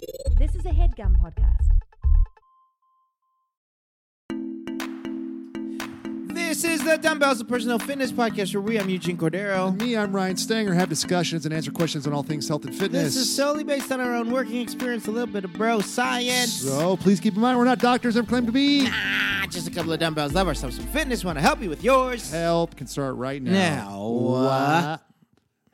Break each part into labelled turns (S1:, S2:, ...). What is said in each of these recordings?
S1: a headgum podcast.
S2: This is the Dumbbells of Personal Fitness Podcast where we, I'm Eugene Cordero.
S3: Me, I'm Ryan Stanger, have discussions and answer questions on all things health and fitness.
S2: This is solely based on our own working experience, a little bit of bro science.
S3: so please keep in mind we're not doctors ever claim to be.
S2: ah, just a couple of dumbbells, love ourselves some fitness, want to help you with yours.
S3: Help can start right now.
S2: Now, uh,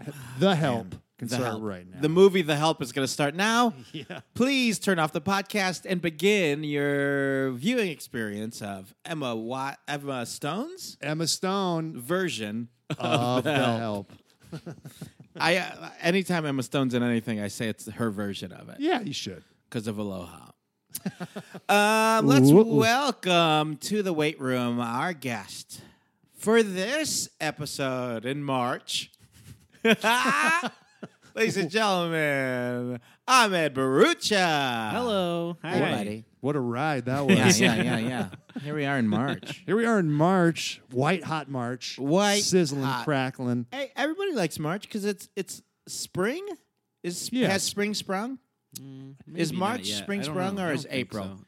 S3: Wha- the help can
S2: The
S3: start
S2: Help.
S3: right now.
S2: The movie The Help is going to start now. Yeah. Please turn off the podcast and begin your viewing experience of Emma Wa- Emma Stone's
S3: Emma Stone
S2: version
S3: of the help.
S2: I uh, anytime Emma Stone's in anything, I say it's her version of it.
S3: Yeah, you should.
S2: because of Aloha. um, let's
S3: Ooh.
S2: welcome to the weight room our guest for this episode in March. Ladies and gentlemen, Ahmed Barucha.
S4: Hello. Hi.
S2: Hey, buddy.
S3: What a ride that
S2: Yeah,
S3: was.
S2: yeah, yeah, yeah. Here we are in March.
S3: Here we are in March, white hot March,
S2: White
S3: sizzling,
S2: hot.
S3: crackling.
S2: hey, everybody likes March because it's it's spring. Is
S3: Yeah.
S2: has spring sprung? Is
S4: Maybe
S2: March
S4: not yet.
S2: spring
S4: I don't
S2: sprung
S4: know.
S2: or
S4: I don't
S2: is
S4: think
S2: April?
S4: so.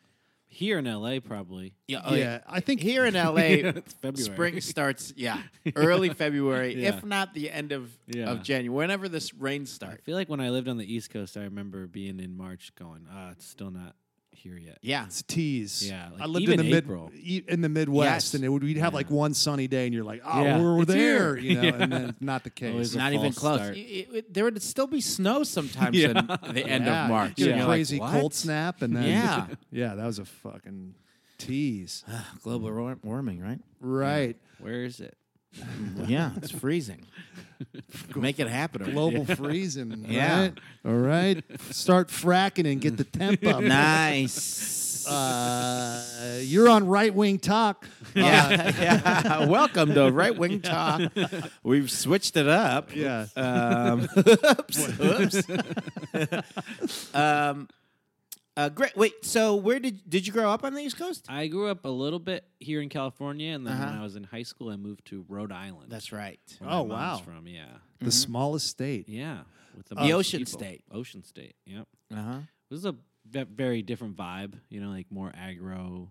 S4: Here in LA, probably.
S2: Oh, Yeah,
S3: yeah, I think
S2: here in LA,
S4: It's February.
S2: spring starts. Yeah, early February,
S4: Yeah.
S2: if not the end of
S4: Yeah.
S2: of January, whenever this rain
S4: I
S2: starts.
S4: feel like when I lived on the East Coast, I remember being in March going, ah, it's still not here yet.
S2: Yeah,
S3: It's a tease.
S4: Yeah, like
S3: I lived
S4: even
S3: in the
S4: April.
S3: mid e- in the Midwest,
S2: Yes.
S3: and it would, we'd have like one sunny day, and you're like, oh,
S4: Yeah.
S3: we're
S4: It's
S3: there,
S4: here.
S3: you know, and
S4: Yeah.
S3: then not the case.
S4: Always
S2: it's not even
S4: false
S2: close.
S4: start.
S2: It- it- there would still be snow sometimes
S4: Yeah.
S2: in the end
S3: Yeah,
S2: of March. And
S3: you Get a
S2: you're like,
S3: crazy
S2: "What?"
S3: cold snap, and then
S2: Yeah.
S3: yeah, that was a fucking tease,
S2: Global war- warming, right?
S3: right?
S4: Where is it?
S2: yeah, it's freezing. Make it happen. already.
S3: Global freezing.
S2: Yeah.
S3: right? all right. Start fracking and get the temp up.
S2: Nice.
S3: Uh, you're on right wing talk. Oh,
S2: Yeah, yeah. Welcome to Right Wing Talk. We've switched it up.
S3: Yeah.
S2: Um, oops. oops. um, uh, great. Wait. So, where did did you grow up on the East Coast?
S4: I grew up a little bit here in California, and then when
S2: Uh-huh.
S4: I was in high school, I moved to Rhode Island.
S2: right.
S4: where my
S3: Oh,
S4: mom's
S3: wow.
S4: From yeah,
S3: The smallest state.
S4: yeah, with the,
S2: The
S4: most
S2: Ocean
S4: people.
S2: State.
S4: Ocean State. Yep.
S2: Uh huh.
S4: This is a ve- very different vibe. You know, like more aggro,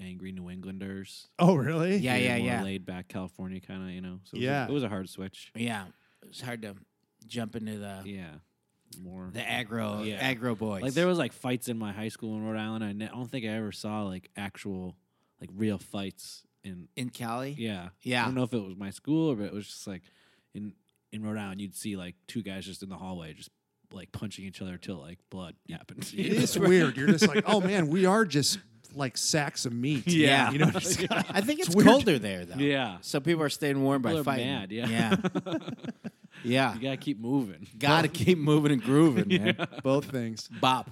S4: angry New Englanders.
S3: Oh, really?
S2: Yeah.
S4: to the more
S2: yeah.
S4: laid back California kind of, you know. So it was a-
S3: Yeah.
S4: it was a hard switch.
S2: Yeah. It's hard to jump into the
S4: Yeah, more
S2: the aggro
S4: Yeah.
S2: aggro boys.
S4: like there was like fights in my high school in Rhode Island. I, ne- I don't think I ever saw like actual like real fights in
S2: in Cali.
S4: yeah I
S2: Yeah.
S4: don't know if it was my school or if it was just like in in Rhode Island you'd see like two guys just in the hallway just like punching each other till like blood happens.
S3: It is weird. You're just like, oh man, we are just like sacks of meat.
S4: Yeah.
S3: You know what I'm saying?
S2: I think it's,
S3: It's weird.
S2: colder there though.
S4: Yeah.
S2: So people are staying warm
S4: People
S2: by
S4: are
S2: fighting.
S4: mad, yeah.
S2: Yeah. yeah.
S3: Ah.
S4: You gotta keep moving.
S2: Gotta keep moving and grooving, man.
S3: Both things.
S2: Bop.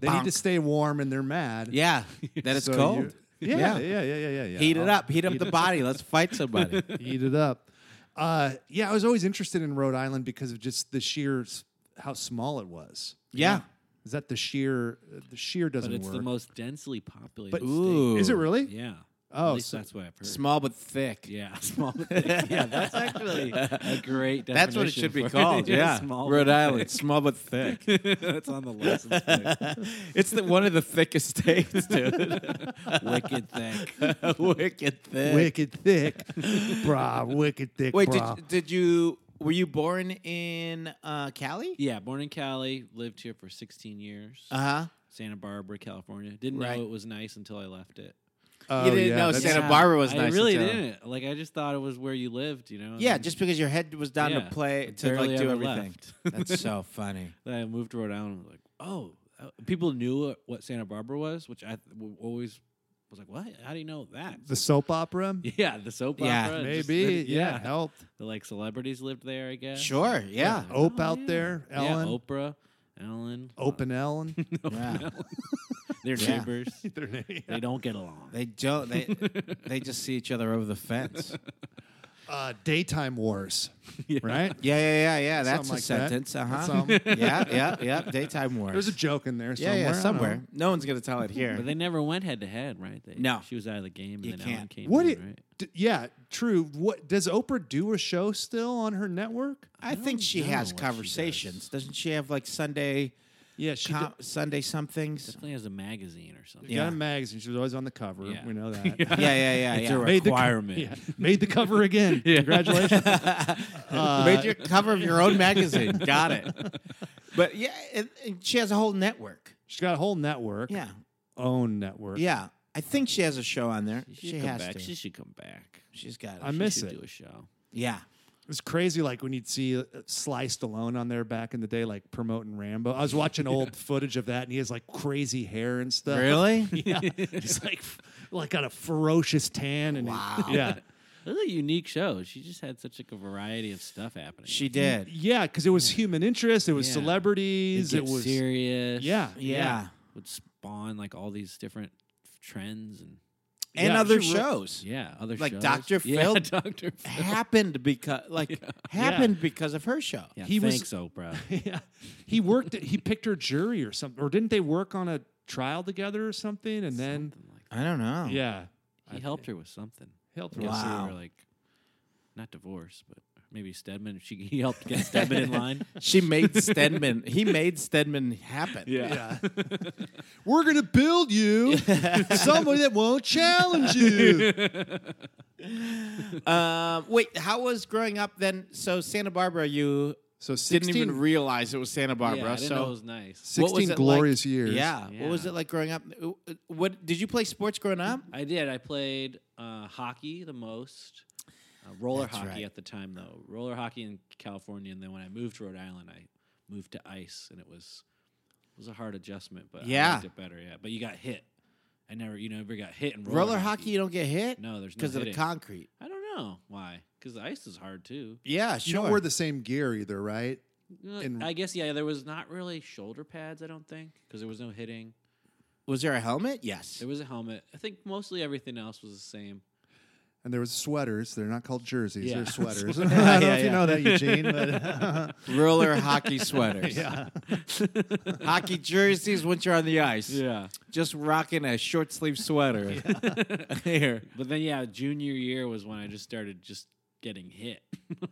S3: They need to stay warm and they're mad.
S2: Yeah. That it's
S3: So you-
S2: cold.
S3: yeah, yeah, yeah, yeah, yeah, yeah.
S2: Heat it
S3: I'll
S2: up. Heat up the body. Let's fight somebody.
S3: Heat it up. Uh, yeah, I was always interested in Rhode Island because of just the sheer s- how small it was.
S2: Yeah.
S3: Is that the sheer? The sheer doesn't
S4: But it's
S3: work.
S4: the most densely populated
S3: But-
S4: state.
S2: Ooh.
S3: Is it really?
S4: Yeah.
S3: Oh,
S4: At least
S3: so-
S4: that's what I've heard.
S2: Small but thick.
S4: Yeah, small. but thick. yeah, that's actually a great. Definition
S2: That's what it should be
S4: for-
S2: called. Yeah.
S4: small
S2: Rhode
S4: but
S2: Island. Small but thick.
S4: thick. that's on the license plate.
S2: it's the one of the thickest states, dude.
S4: Wicked thick.
S2: wicked thick.
S3: wicked thick, brah, wicked thick,
S2: Wait,
S3: brah.
S2: did, did you were you born in uh, Cali?
S4: Yeah, born in Cali, lived here for 16 years.
S2: Uh
S4: Santa Barbara, California. Didn't
S2: Right.
S4: know it was nice until I left it.
S3: oh,
S2: didn't know
S3: that's-
S2: Santa Barbara was
S4: I
S2: nice
S4: really
S2: until-
S4: didn't. Like I just thought it was where you lived. You know.
S2: huh. Yeah, just because your head was down
S4: Yeah.
S2: to play to
S4: Barely
S2: like do
S4: ever
S2: everything.
S4: left.
S2: That's so funny.
S4: Then I moved to Rhode Island. and was like, oh, uh, people knew what- what Santa Barbara was, which I th- w- always was like, what? How do you know that?
S3: the soap opera.
S4: yeah, the soap
S2: Yeah.
S4: opera. just-
S3: Maybe, yeah,
S4: yeah.
S3: helped.
S4: The like celebrities lived there, I guess.
S2: Sure. Yeah.
S4: Yeah.
S3: Ope
S4: Oh,
S3: out
S4: yeah.
S3: there,
S4: Yeah,
S3: Ellen,
S4: Oprah, Ellen, uh,
S3: Open Ellen.
S4: Open
S2: Yeah.
S4: Ellen. They're
S2: Yeah.
S4: neighbors.
S3: Their name.
S4: They don't get along.
S2: They don't. They they just see each other over the fence.
S3: uh, daytime wars,
S4: Yeah.
S3: right?
S2: Yeah, yeah, yeah, yeah. That's
S3: Something
S2: a
S3: like that.
S2: sentence. Uh
S3: That's,
S2: huh.
S3: um,
S2: yeah, yeah, yeah. Daytime wars.
S3: There's a joke in there
S2: yeah,
S3: somewhere. I
S2: yeah,
S3: don't
S2: somewhere.
S3: know.
S2: No one's gonna tell it here.
S4: But they never went head to head, right? They,
S2: No.
S4: she was out of the game, and
S2: You
S4: then Ellen
S2: can't.
S4: came
S3: What?
S4: in,
S3: It,
S4: right?
S3: d- yeah, true. What does Oprah do a show still on her network?
S2: I think
S4: don't
S2: she
S4: know
S2: has
S4: what she does.
S2: conversations. does. not she have like Sunday
S5: Yeah, she
S2: com- Sunday somethings.
S4: Definitely has a magazine or something.
S5: did-
S2: Yeah.
S5: got a magazine. She was always on the cover.
S4: Yeah.
S5: We know that.
S2: Yeah, yeah, yeah.
S4: It's
S2: yeah.
S4: a
S5: Made the co-
S4: requirement.
S5: yeah, made the cover again.
S4: Yeah.
S5: Congratulations.
S2: You made your cover of your own magazine. Got it. But yeah, and, and she has a whole network.
S5: She's got a whole network.
S2: Yeah,
S5: Own network.
S2: yeah. I think she has a show on there.
S4: She,
S2: She,
S4: should come
S2: has
S4: back.
S2: to.
S4: She should come back.
S2: She's got it.
S5: I'm-
S4: She
S5: miss
S4: should
S5: it.
S4: do a show.
S2: yeah.
S5: It's crazy, like when you'd see uh, Sly Stallone on there back in the day, like promoting Rambo. I was watching old footage of that, and he has like crazy hair and stuff.
S2: Really?
S5: Yeah, he's like, f- like got a ferocious tan, and he-
S2: Wow.
S5: yeah,
S4: This is a unique show. She just had such like a variety of stuff happening.
S2: She did.
S5: yeah, because it was human interest, it was
S4: Yeah. It'd
S5: celebrities,
S4: get
S5: it was
S4: serious.
S5: yeah,
S2: Yeah.
S4: would spawn like all these different trends and
S2: And
S5: Yeah,
S2: other
S5: she wrote-
S2: shows
S4: yeah, other
S2: Like
S4: shows.
S2: Dr.
S4: Yeah,
S2: Phil?
S4: Dr. Phil.
S2: happened because like happened because of her show.
S4: Yeah,
S5: He was-
S4: thanks, Oprah.
S5: yeah. He worked. He picked her jury or something, or didn't they work on a trial together or something? And then
S4: Something like
S2: I don't know.
S5: yeah,
S4: that. He helped her with something.
S5: helped her.
S4: I guess they
S2: Wow.
S4: were, like not divorced, but maybe Stedman. She he helped get Stedman in line.
S2: She made Stedman. he made Stedman happen.
S5: Yeah. We're going to build you somebody that won't challenge you.
S2: Um, wait, how was growing up then? So Santa Barbara, you
S5: So
S2: didn't even realize it was Santa Barbara.
S4: yeah, I didn't
S2: so
S4: know it was nice.
S2: What was
S5: 16
S2: it like-
S5: glorious years.
S2: Yeah. What was
S4: Yeah.
S2: it like growing up? Uh, What did you play sports growing up?
S4: I did. I played uh, hockey the most. Uh, roller
S2: That's
S4: hockey
S2: right.
S4: at the time, though. Roller hockey in California, and then when I moved to Rhode Island, I moved to ice, and it was it was a hard adjustment, but
S2: Yeah.
S4: I liked it better. Yeah, but you got hit. I never, you never got hit in roller,
S2: Roller hockey, you don't get hit.
S4: No, there's no
S2: because of the
S4: hitting.
S2: concrete.
S4: I don't know why, because the ice is hard too.
S2: Yeah,
S3: You
S2: sure.
S3: don't wear the same gear either, right?
S4: Uh,
S3: In-
S4: I guess yeah. There was not really shoulder pads. I don't think because there was no hitting.
S2: was there a helmet? Yes.
S4: There was a helmet. I think mostly everything else was the same.
S3: And there was sweaters. They're not called jerseys.
S4: Yeah.
S3: They're sweaters. I don't know
S2: Yeah,
S3: if
S2: yeah.
S3: you know that, Eugene, but
S2: Roller hockey sweaters.
S3: yeah.
S2: Hockey jerseys once you're on the ice. Just rocking a short sleeve sweater. Here.
S4: But then yeah, junior year was when I just started just getting hit.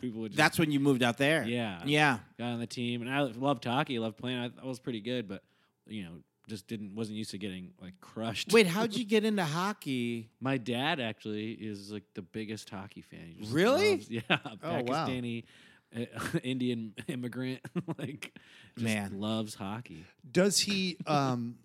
S4: People would just
S2: That's when you moved out there.
S4: Yeah.
S2: Yeah.
S4: got on the team, and I loved hockey, loved playing. I, I was pretty good, but you know, just didn't wasn't used to getting like crushed.
S2: Wait, how'd you get into hockey?
S4: My dad actually is like the biggest hockey fan. He just
S2: Really?
S4: loves- yeah,
S3: Oh, wow.
S4: Pakistani uh, Indian immigrant. like, just
S2: Man.
S4: loves hockey.
S3: Does he um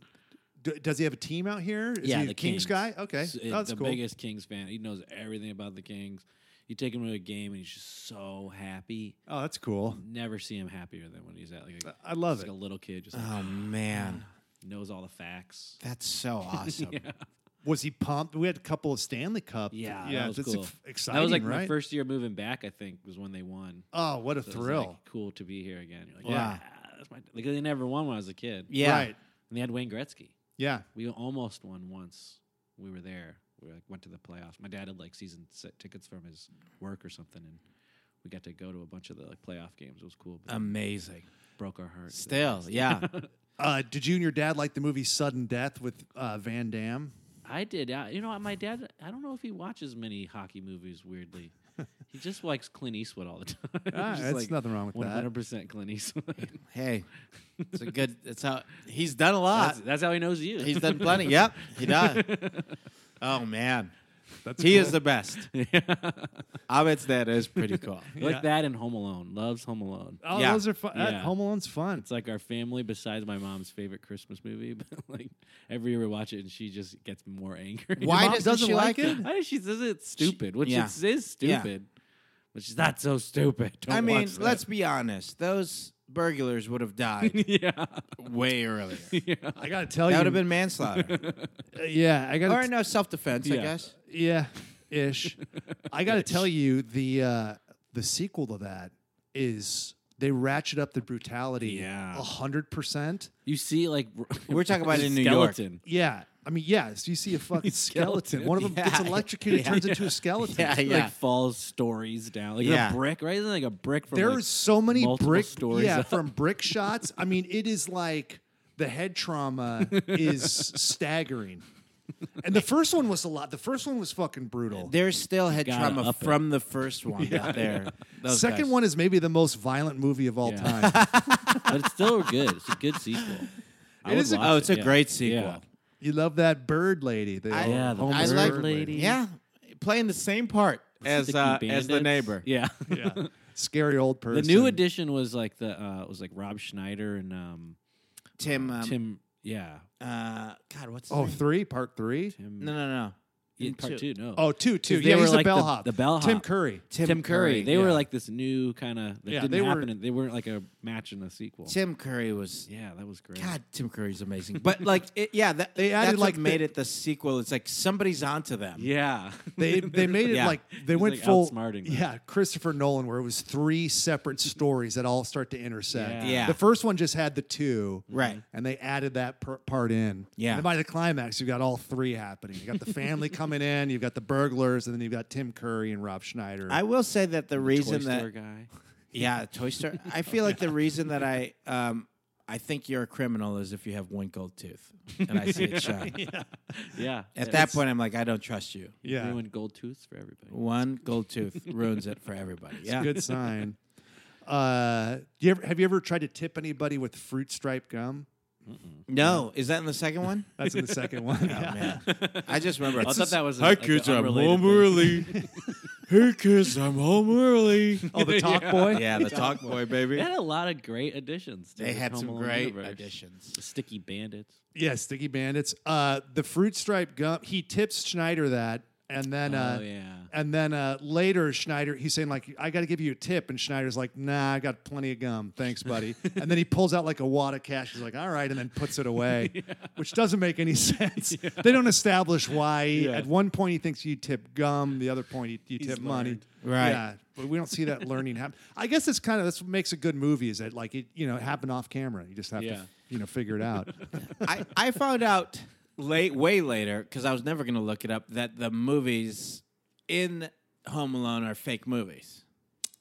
S3: d- does he have a team out here? Is
S4: yeah,
S3: he a
S4: the
S3: Kings, guy? Okay. Oh,
S4: S- uh,
S3: That's
S4: the
S3: cool.
S4: biggest Kings fan. He knows everything about the Kings. You take him to a game, and he's just so happy.
S3: Oh, that's cool.
S4: Never see him happier than when he's at like. A,
S3: I love
S4: just
S3: it.
S4: Like a little kid, just like,
S2: Oh man.
S4: knows all the facts.
S2: That's so awesome.
S4: Yeah.
S3: Was he pumped? We had a couple of Stanley Cup.
S4: Yeah,
S3: yeah,
S4: that was
S3: that's
S4: cool.
S3: ex- exciting,
S4: That was like
S3: right?
S4: my first year moving back. I think was when they won.
S3: oh, what a
S4: So it was,
S3: thrill!
S4: like, cool to be here again. You're like,
S2: Wow.
S4: yeah, that's my. Like they never won when I was a kid.
S2: Yeah.
S3: Right?
S4: and they had Wayne Gretzky.
S3: Yeah.
S4: We almost won once. We were there. We like went to the playoffs. My dad had like season set tickets from his work or something, and we got to go to a bunch of the like playoff games. It was cool. But
S3: Um,
S4: it
S2: Amazing.
S4: broke our hearts.
S2: Still, yeah.
S3: Uh, did you and your dad like the movie Sudden Death with uh, Van Damme?
S4: I did. I, you know, my dad. I don't know if he watches many hockey movies. Weirdly, he just likes Clint Eastwood all the time.
S3: Ah,
S4: Just,
S3: that's
S4: like,
S3: nothing wrong with
S4: One
S3: that.
S4: hundred percent Clint Eastwood.
S2: Hey. It's a good it's how he's done a lot.
S4: that's, that's how he knows you.
S2: He's done plenty. Yep, he does. Oh man,
S3: That's
S2: he is the best.
S4: Yeah.
S2: Abed's that is pretty cool.
S4: Like that in Home Alone. Loves Home Alone.
S3: Oh,
S2: Yeah.
S3: those are fun.
S4: Yeah.
S3: Home Alone's fun.
S4: It's like our family, besides my mom's favorite Christmas movie. But like every year we watch it, and she just gets more angry.
S2: Why
S3: mom
S2: doesn't,
S3: doesn't
S2: she like
S3: like
S2: it?
S3: it?
S4: I, she says it's stupid, which
S2: yeah.
S4: it is stupid, but she's not so stupid. Don't
S2: I mean,
S4: watch that.
S2: let's be honest. Those burglars would have died
S4: yeah,
S2: way earlier.
S4: yeah.
S3: I gotta tell
S2: That
S3: you,
S2: would have been manslaughter,
S3: uh, yeah. I gotta
S2: or no self-defense, I
S4: Yeah.
S2: guess.
S3: Yeah, ish. I got to tell you, the uh, the sequel to that is they ratchet up the brutality.
S4: Yeah.
S3: a hundred percent.
S4: You see, like
S2: We're talking about
S4: the
S2: in New York.
S4: skeleton.
S3: Yeah, I mean, yeah. So you see a fucking skeleton.
S4: skeleton.
S3: One of them
S2: Yeah.
S3: gets electrocuted,
S2: Yeah.
S3: turns into a skeleton.
S2: Yeah,
S4: It,
S2: yeah.
S4: Like falls stories down, like
S2: Yeah.
S4: a brick, right? Isn't it like a brick from
S3: There
S4: like,
S3: are so many
S4: multiple
S3: brick
S4: stories
S3: Yeah,
S4: up.
S3: from brick shots. I mean, it is like the head trauma is staggering. And the first one was a lot. The first one was fucking brutal.
S2: There's still head
S4: Gotta
S2: trauma
S4: up it.
S2: from the first one out there. Those
S3: Second
S2: guys.
S3: one is maybe the most violent movie of all
S4: Yeah.
S3: time.
S4: but it's still good. It's a good sequel. I
S3: It
S4: would
S3: is a-
S4: watch
S2: Oh, it's a
S4: yeah.
S2: great sequel.
S4: Yeah.
S3: You love that bird lady. The
S2: I-
S3: old
S4: Yeah, the
S3: homeless
S2: bird
S3: bird
S4: lady.
S2: Yeah, playing the same part as
S4: Sticky
S2: uh, as the
S4: Bandits.
S2: neighbor.
S4: Yeah.
S3: Yeah. Scary old
S4: the
S3: person.
S4: new edition was like the uh, was like Rob Schneider and um,
S2: Tim. Um,
S4: Tim. um, Yeah.
S2: Uh, God, what's his
S3: Oh,
S2: name?
S3: three, part three.
S4: Tim.
S2: no, no, no.
S4: yeah,
S2: in
S4: part two.
S2: two.
S4: No.
S3: Oh, two, two.
S4: They
S3: Yeah,
S4: were
S3: he's
S4: like
S3: the
S4: the-
S3: bellhop.
S4: the bellhop.
S3: Tim Curry.
S4: Tim, Curry. They were
S2: yeah.
S4: like this new kind of that
S3: Yeah,
S4: didn't
S3: they were-
S4: happen. in- they weren't like a match in the sequel.
S2: Tim Curry was.
S4: Yeah, that was great.
S2: God, Tim Curry's amazing. But like, it, yeah, that,
S3: They
S2: that's
S3: added,
S2: like
S3: like,
S2: made
S3: the-
S2: it the sequel. It's like somebody's onto them.
S4: Yeah.
S3: They they made it
S2: Yeah.
S3: like they
S4: He's,
S3: went
S4: like,
S3: full
S4: outsmarting them.
S3: yeah Christopher Nolan where it was three separate stories that all start to intersect.
S4: Yeah.
S2: Yeah.
S3: the first one just had the two
S2: Right.
S3: and they added that per- part in.
S2: Yeah.
S3: and by the climax you've got all three happening. You got the family coming in, you've got the burglars, and then you've got Tim Curry and Rob Schneider.
S2: I will say that the
S4: Toy
S2: reason that
S4: Store guy.
S2: yeah, Toy Story. I feel like the reason that I um I think you're a criminal is if you have one gold tooth, and I see it shine.
S4: Yeah.
S2: At that point, I'm like, I don't trust you.
S3: yeah,
S4: ruined gold tooths for everybody.
S2: One gold tooth ruins it for everybody. Yeah.
S3: good sign. Uh, you ever, have you ever tried to tip anybody with fruit stripe gum?
S2: No, is that in the second one?
S3: That's in the second one.
S2: Oh,
S3: Yeah.
S2: man. I just remember.
S4: I thought that was.
S2: Hi
S4: like, an
S2: kids, I'm
S4: unrelated
S2: home
S4: thing.
S2: early. hey kids, I'm home early.
S3: Oh, the talk boy.
S2: Yeah, the talk boy,
S4: They
S2: baby.
S4: had a lot of great additions. To
S2: They
S4: the
S2: had
S4: Home
S2: some
S4: Alone
S2: great
S4: universe.
S2: additions.
S4: The sticky bandits.
S3: Yeah, Sticky Bandits. Uh, the fruit stripe gum. He tips Schneider that, and then uh,
S4: oh yeah.
S3: and then uh, later Schneider, he's saying like, "I got to give you a tip," and Schneider's like, "Nah, I got plenty of gum, thanks, buddy." and then he pulls out like a wad of cash. He's like, "All right," and then puts it away, which doesn't make any sense. They don't establish why. At one point, he thinks you tip gum. The other point, you, you tip money.
S2: Right.
S3: Yeah, but we don't see that learning happen. I guess it's kind of that's what makes a good movie is that like it you know it happened off camera. You just have
S4: Yeah.
S3: to you know figure it out.
S2: I, I found out late, way later, because I was never going to look it up, that the movies in Home Alone are fake movies.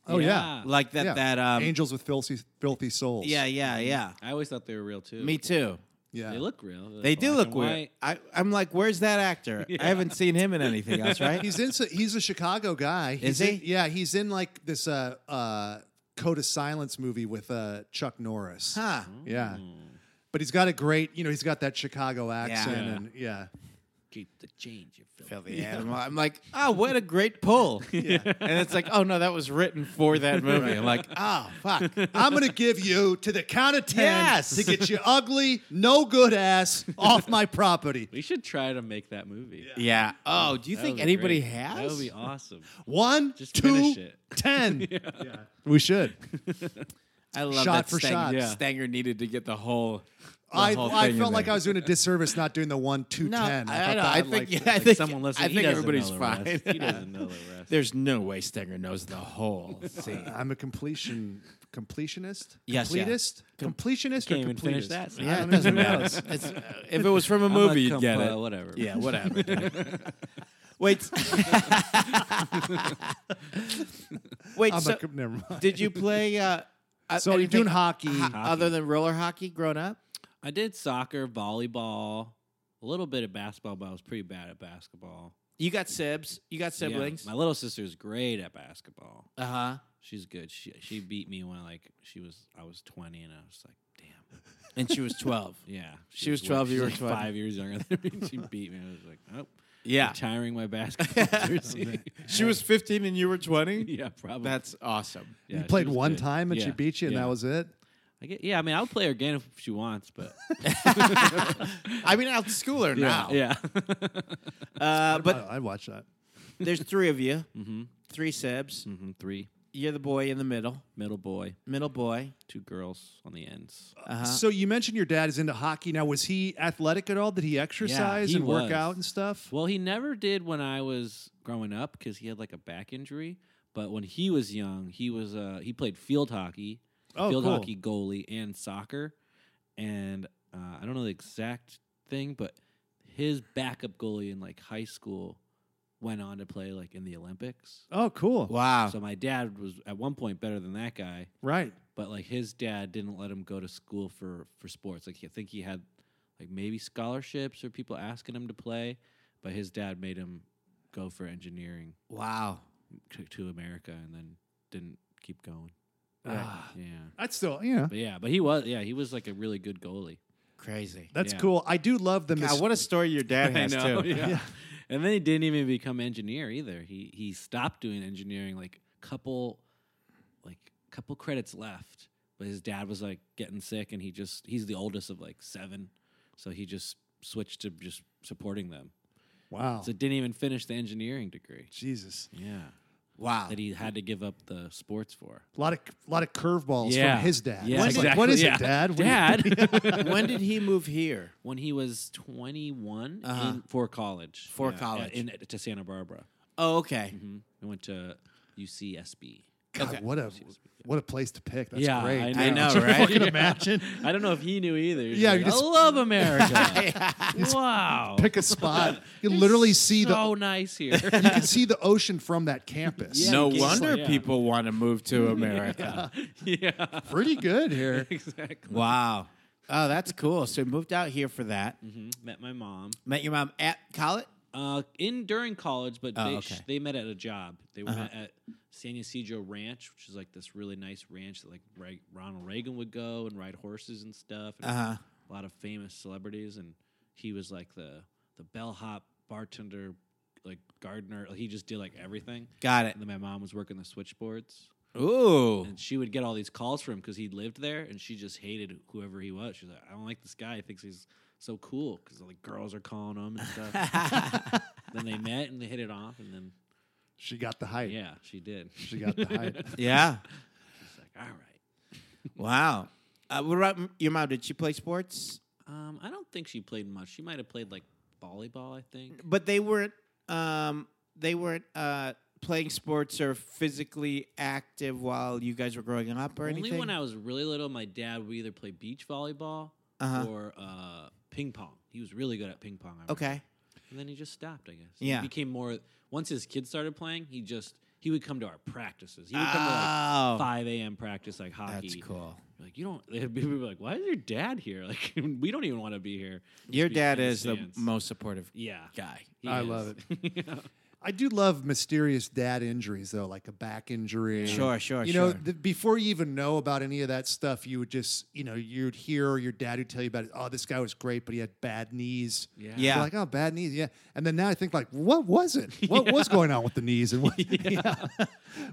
S3: Oh yeah.
S4: Ah, Yeah.
S2: Like that,
S3: Yeah.
S2: that, um,
S3: Angels with filthy filthy souls.
S2: yeah, yeah, yeah.
S4: I always thought they were real too.
S2: Me too.
S3: Yeah.
S4: They look real. They're
S2: They do
S4: black
S2: look
S4: and
S2: weird.
S4: white.
S2: I, I'm like, where's that actor? I haven't seen him in anything else, right?
S3: he's in he's a Chicago guy.
S2: Is
S3: He's
S2: he?
S3: in- yeah, he's in like this uh uh Code of Silence movie with uh Chuck Norris.
S2: huh. Hmm.
S3: Yeah. But he's got a great, you know, he's got that Chicago accent
S2: Yeah.
S3: and yeah.
S4: Keep the change. You filthy.
S2: Filthy animal. I'm like, oh, what a great pull. And it's like, oh, no, that was written for that movie. I'm like, oh, fuck.
S3: I'm gonna give you to the count of ten
S2: Yes.
S3: to get your ugly, no good ass off my property.
S4: We should try to make that movie. Yeah.
S2: Yeah. Oh, do you think anybody has?
S4: That would be awesome.
S3: One,
S4: Just
S3: two,
S4: finish it.
S3: ten. Yeah. We should.
S2: I love
S3: Shot
S2: that
S3: for
S2: Stanger,
S3: shot.
S4: Yeah.
S2: Stanger needed to get the whole. the
S3: I,
S2: whole
S3: I
S2: thing in
S3: felt like
S2: there.
S3: I was doing a disservice not doing the one, two, ten.
S2: No, I, I,
S3: thought
S2: know,
S3: that
S2: I
S3: would,
S2: think
S3: like,
S2: yeah, I
S4: Like
S2: think
S4: someone listening.
S2: I
S4: he
S2: think
S4: doesn't know
S2: everybody's
S4: the
S2: fine.
S4: rest. He doesn't know the rest.
S2: There's no way Stanger knows the whole scene.
S3: I'm a completion completionist.
S2: Yes, yeah.
S3: completist, completionist,
S4: Can't
S3: or
S4: even
S3: completist.
S4: finish that.
S3: I
S2: Yeah, it
S3: don't
S2: doesn't
S3: even know.
S2: matter. It's, uh, if it was from a
S4: I'm a
S2: movie, you'd get
S4: compa-
S2: it.
S4: Whatever.
S2: Yeah, whatever. Wait. Wait.
S3: I'm
S2: so
S3: a, com- never mind.
S2: did you play? Uh, uh,
S3: so you're
S2: anything
S3: doing hockey.
S2: ho- other than roller hockey growing up?
S4: I did soccer, volleyball, a little bit of basketball, but I was pretty bad at basketball.
S2: You got sibs. You got
S4: Yeah,
S2: siblings.
S4: my little sister's great at basketball.
S2: Uh huh.
S4: She's good. She she beat me when like she was I was twenty and I was like, damn.
S2: And she was twelve.
S4: Yeah,
S2: She was 12,
S4: way-
S2: you
S4: she's
S2: were
S4: like
S2: 12.
S4: five years younger than me. She beat me. I was like, oh,
S2: yeah.
S4: retiring my basketball jersey.
S2: She was 15 and you were 20?
S4: yeah, probably.
S2: That's awesome.
S4: yeah,
S3: you
S4: she
S3: played
S4: was
S3: one
S4: good.
S3: time and she
S4: Yeah,
S3: beat you, and
S4: yeah.
S3: that was it.
S4: I get, yeah, I mean, I'll play her again if she wants, but
S2: I mean, out school her now.
S4: yeah,
S2: Uh, but
S3: I, I'd watch that.
S2: there's three of you, three sibs.
S4: hmm three
S2: You're the boy in the middle,
S4: middle boy,
S2: middle boy.
S4: two girls on the ends.
S3: So you mentioned your dad is into hockey. Now, was he athletic at all? Did he exercise
S4: he
S3: and work
S4: was.
S3: out and stuff?
S4: Well, he never did when I was growing up because he had like a back injury. But when he was young, he was uh, he played field hockey,
S3: Oh,
S4: field
S3: cool.
S4: hockey goalie, and soccer. And uh, I don't know the exact thing, but his backup goalie in like high school went on to play like in the Olympics.
S3: Oh, cool.
S2: Wow.
S4: So my dad was at one point better than that guy,
S3: Right.
S4: but like his dad didn't let him go to school for for sports. Like I think he had like maybe scholarships or people asking him to play, but his dad made him go for engineering
S2: wow.
S4: to, to America and then didn't keep going. Ah, yeah.
S3: I'd still, you know,
S4: But yeah, but he was yeah he was like a really good goalie.
S2: Crazy.
S3: that's
S4: Yeah.
S3: cool. I do love the mis-
S2: God, what a story your dad has too.
S4: Yeah.
S3: Yeah.
S4: And then he didn't even become engineer either. He he stopped doing engineering like couple like couple credits left. But his dad was like getting sick and he just he's the oldest of like seven. So he just switched to just supporting them.
S3: wow.
S4: So didn't even finish the engineering degree.
S3: Jesus,
S4: Yeah.
S3: Oh.
S2: Wow.
S4: That he had to give up the sports for.
S3: a lot of lot of curveballs from his dad.
S4: Yeah,
S3: It's like, what is
S4: exactly,
S3: it, Dad? What-
S4: yeah. Dad.
S2: when did he move here?
S4: when he was 21
S2: Uh-huh.
S4: in, for college.
S2: For
S4: uh,
S2: college.
S4: in, to Santa Barbara.
S2: Oh, okay.
S4: hmm I went to UCSB.
S3: God,
S2: Okay.
S3: what a what a place to pick. That's
S4: yeah,
S3: great.
S2: I know,
S4: Could you
S2: right?
S4: fucking
S2: Yeah.
S4: imagine. I don't know if he knew either. He's
S3: Yeah,
S4: like,
S3: you just-
S4: I love America. wow,
S3: Pick a spot. You literally see the
S4: so nice here.
S3: you can see the ocean from that campus.
S4: Yeah,
S2: no
S4: he gets-
S2: wonder
S4: yeah.
S2: people want to move to America.
S4: yeah,
S3: Pretty good here.
S4: exactly.
S2: Wow. Oh, that's cool. So you moved out here for that.
S4: hmm Met my mom
S2: Met your mom at college.
S4: uh, in during college, but
S2: Oh,
S4: they,
S2: okay.
S4: they met at a job. They
S2: Uh-huh.
S4: met at San Ysidro Ranch, which is like this really nice ranch that like Re- Ronald Reagan would go and ride horses and stuff. And
S2: Uh huh.
S4: a lot of famous celebrities, and he was like the the bellhop, bartender, like gardener. He just did like everything.
S2: Got it.
S4: And then my mom was working the switchboards,
S2: Ooh.
S4: and she would get all these calls from him because he lived there, and she just hated whoever he was. She's like, I don't like this guy. He thinks he's so cool because like girls are calling him and stuff. then they met and they hit it off, and then
S3: She got the hype.
S4: yeah, she did.
S3: She got the hype.
S2: yeah.
S4: She's like, all right.
S2: Wow. Uh, what about m- your mom? Did she play sports?
S4: Um, I don't think she played much. She might have played like volleyball. I think.
S2: But they weren't. Um, they weren't uh, playing sports or physically active while you guys were growing up or
S4: Only
S2: anything.
S4: when I was really little, my dad would either play beach volleyball
S2: Uh-huh.
S4: or uh, ping pong. He was really good at ping pong. I remember.
S2: okay.
S4: And then he just stopped, I guess.
S2: Yeah.
S4: He became more. Once his kids started playing, he just he would come to our practices. He would come
S2: Oh,
S4: to like 5 a.m. practice, like hockey.
S2: that's cool.
S4: You're Like you don't. They'd be like, "Why is your dad here? Like we don't even want to be here." Just
S2: Your
S4: be
S2: dad
S4: in
S2: is the
S4: stands.
S2: most supportive
S4: Yeah.
S2: guy.
S4: he
S3: I
S4: is.
S3: love
S4: it.
S3: I do love mysterious dad injuries though, like a back injury.
S2: Sure, sure,
S3: You know,
S2: sure.
S3: th- before you even know about any of that stuff, you would just, you know, you'd hear your dad would tell you about it. Oh, this guy was great, but he had bad knees.
S4: Yeah.
S2: Yeah.
S3: You're like, oh, bad knees. Yeah. And then now I think like, what was it? What was going on with the knees and what? Yeah.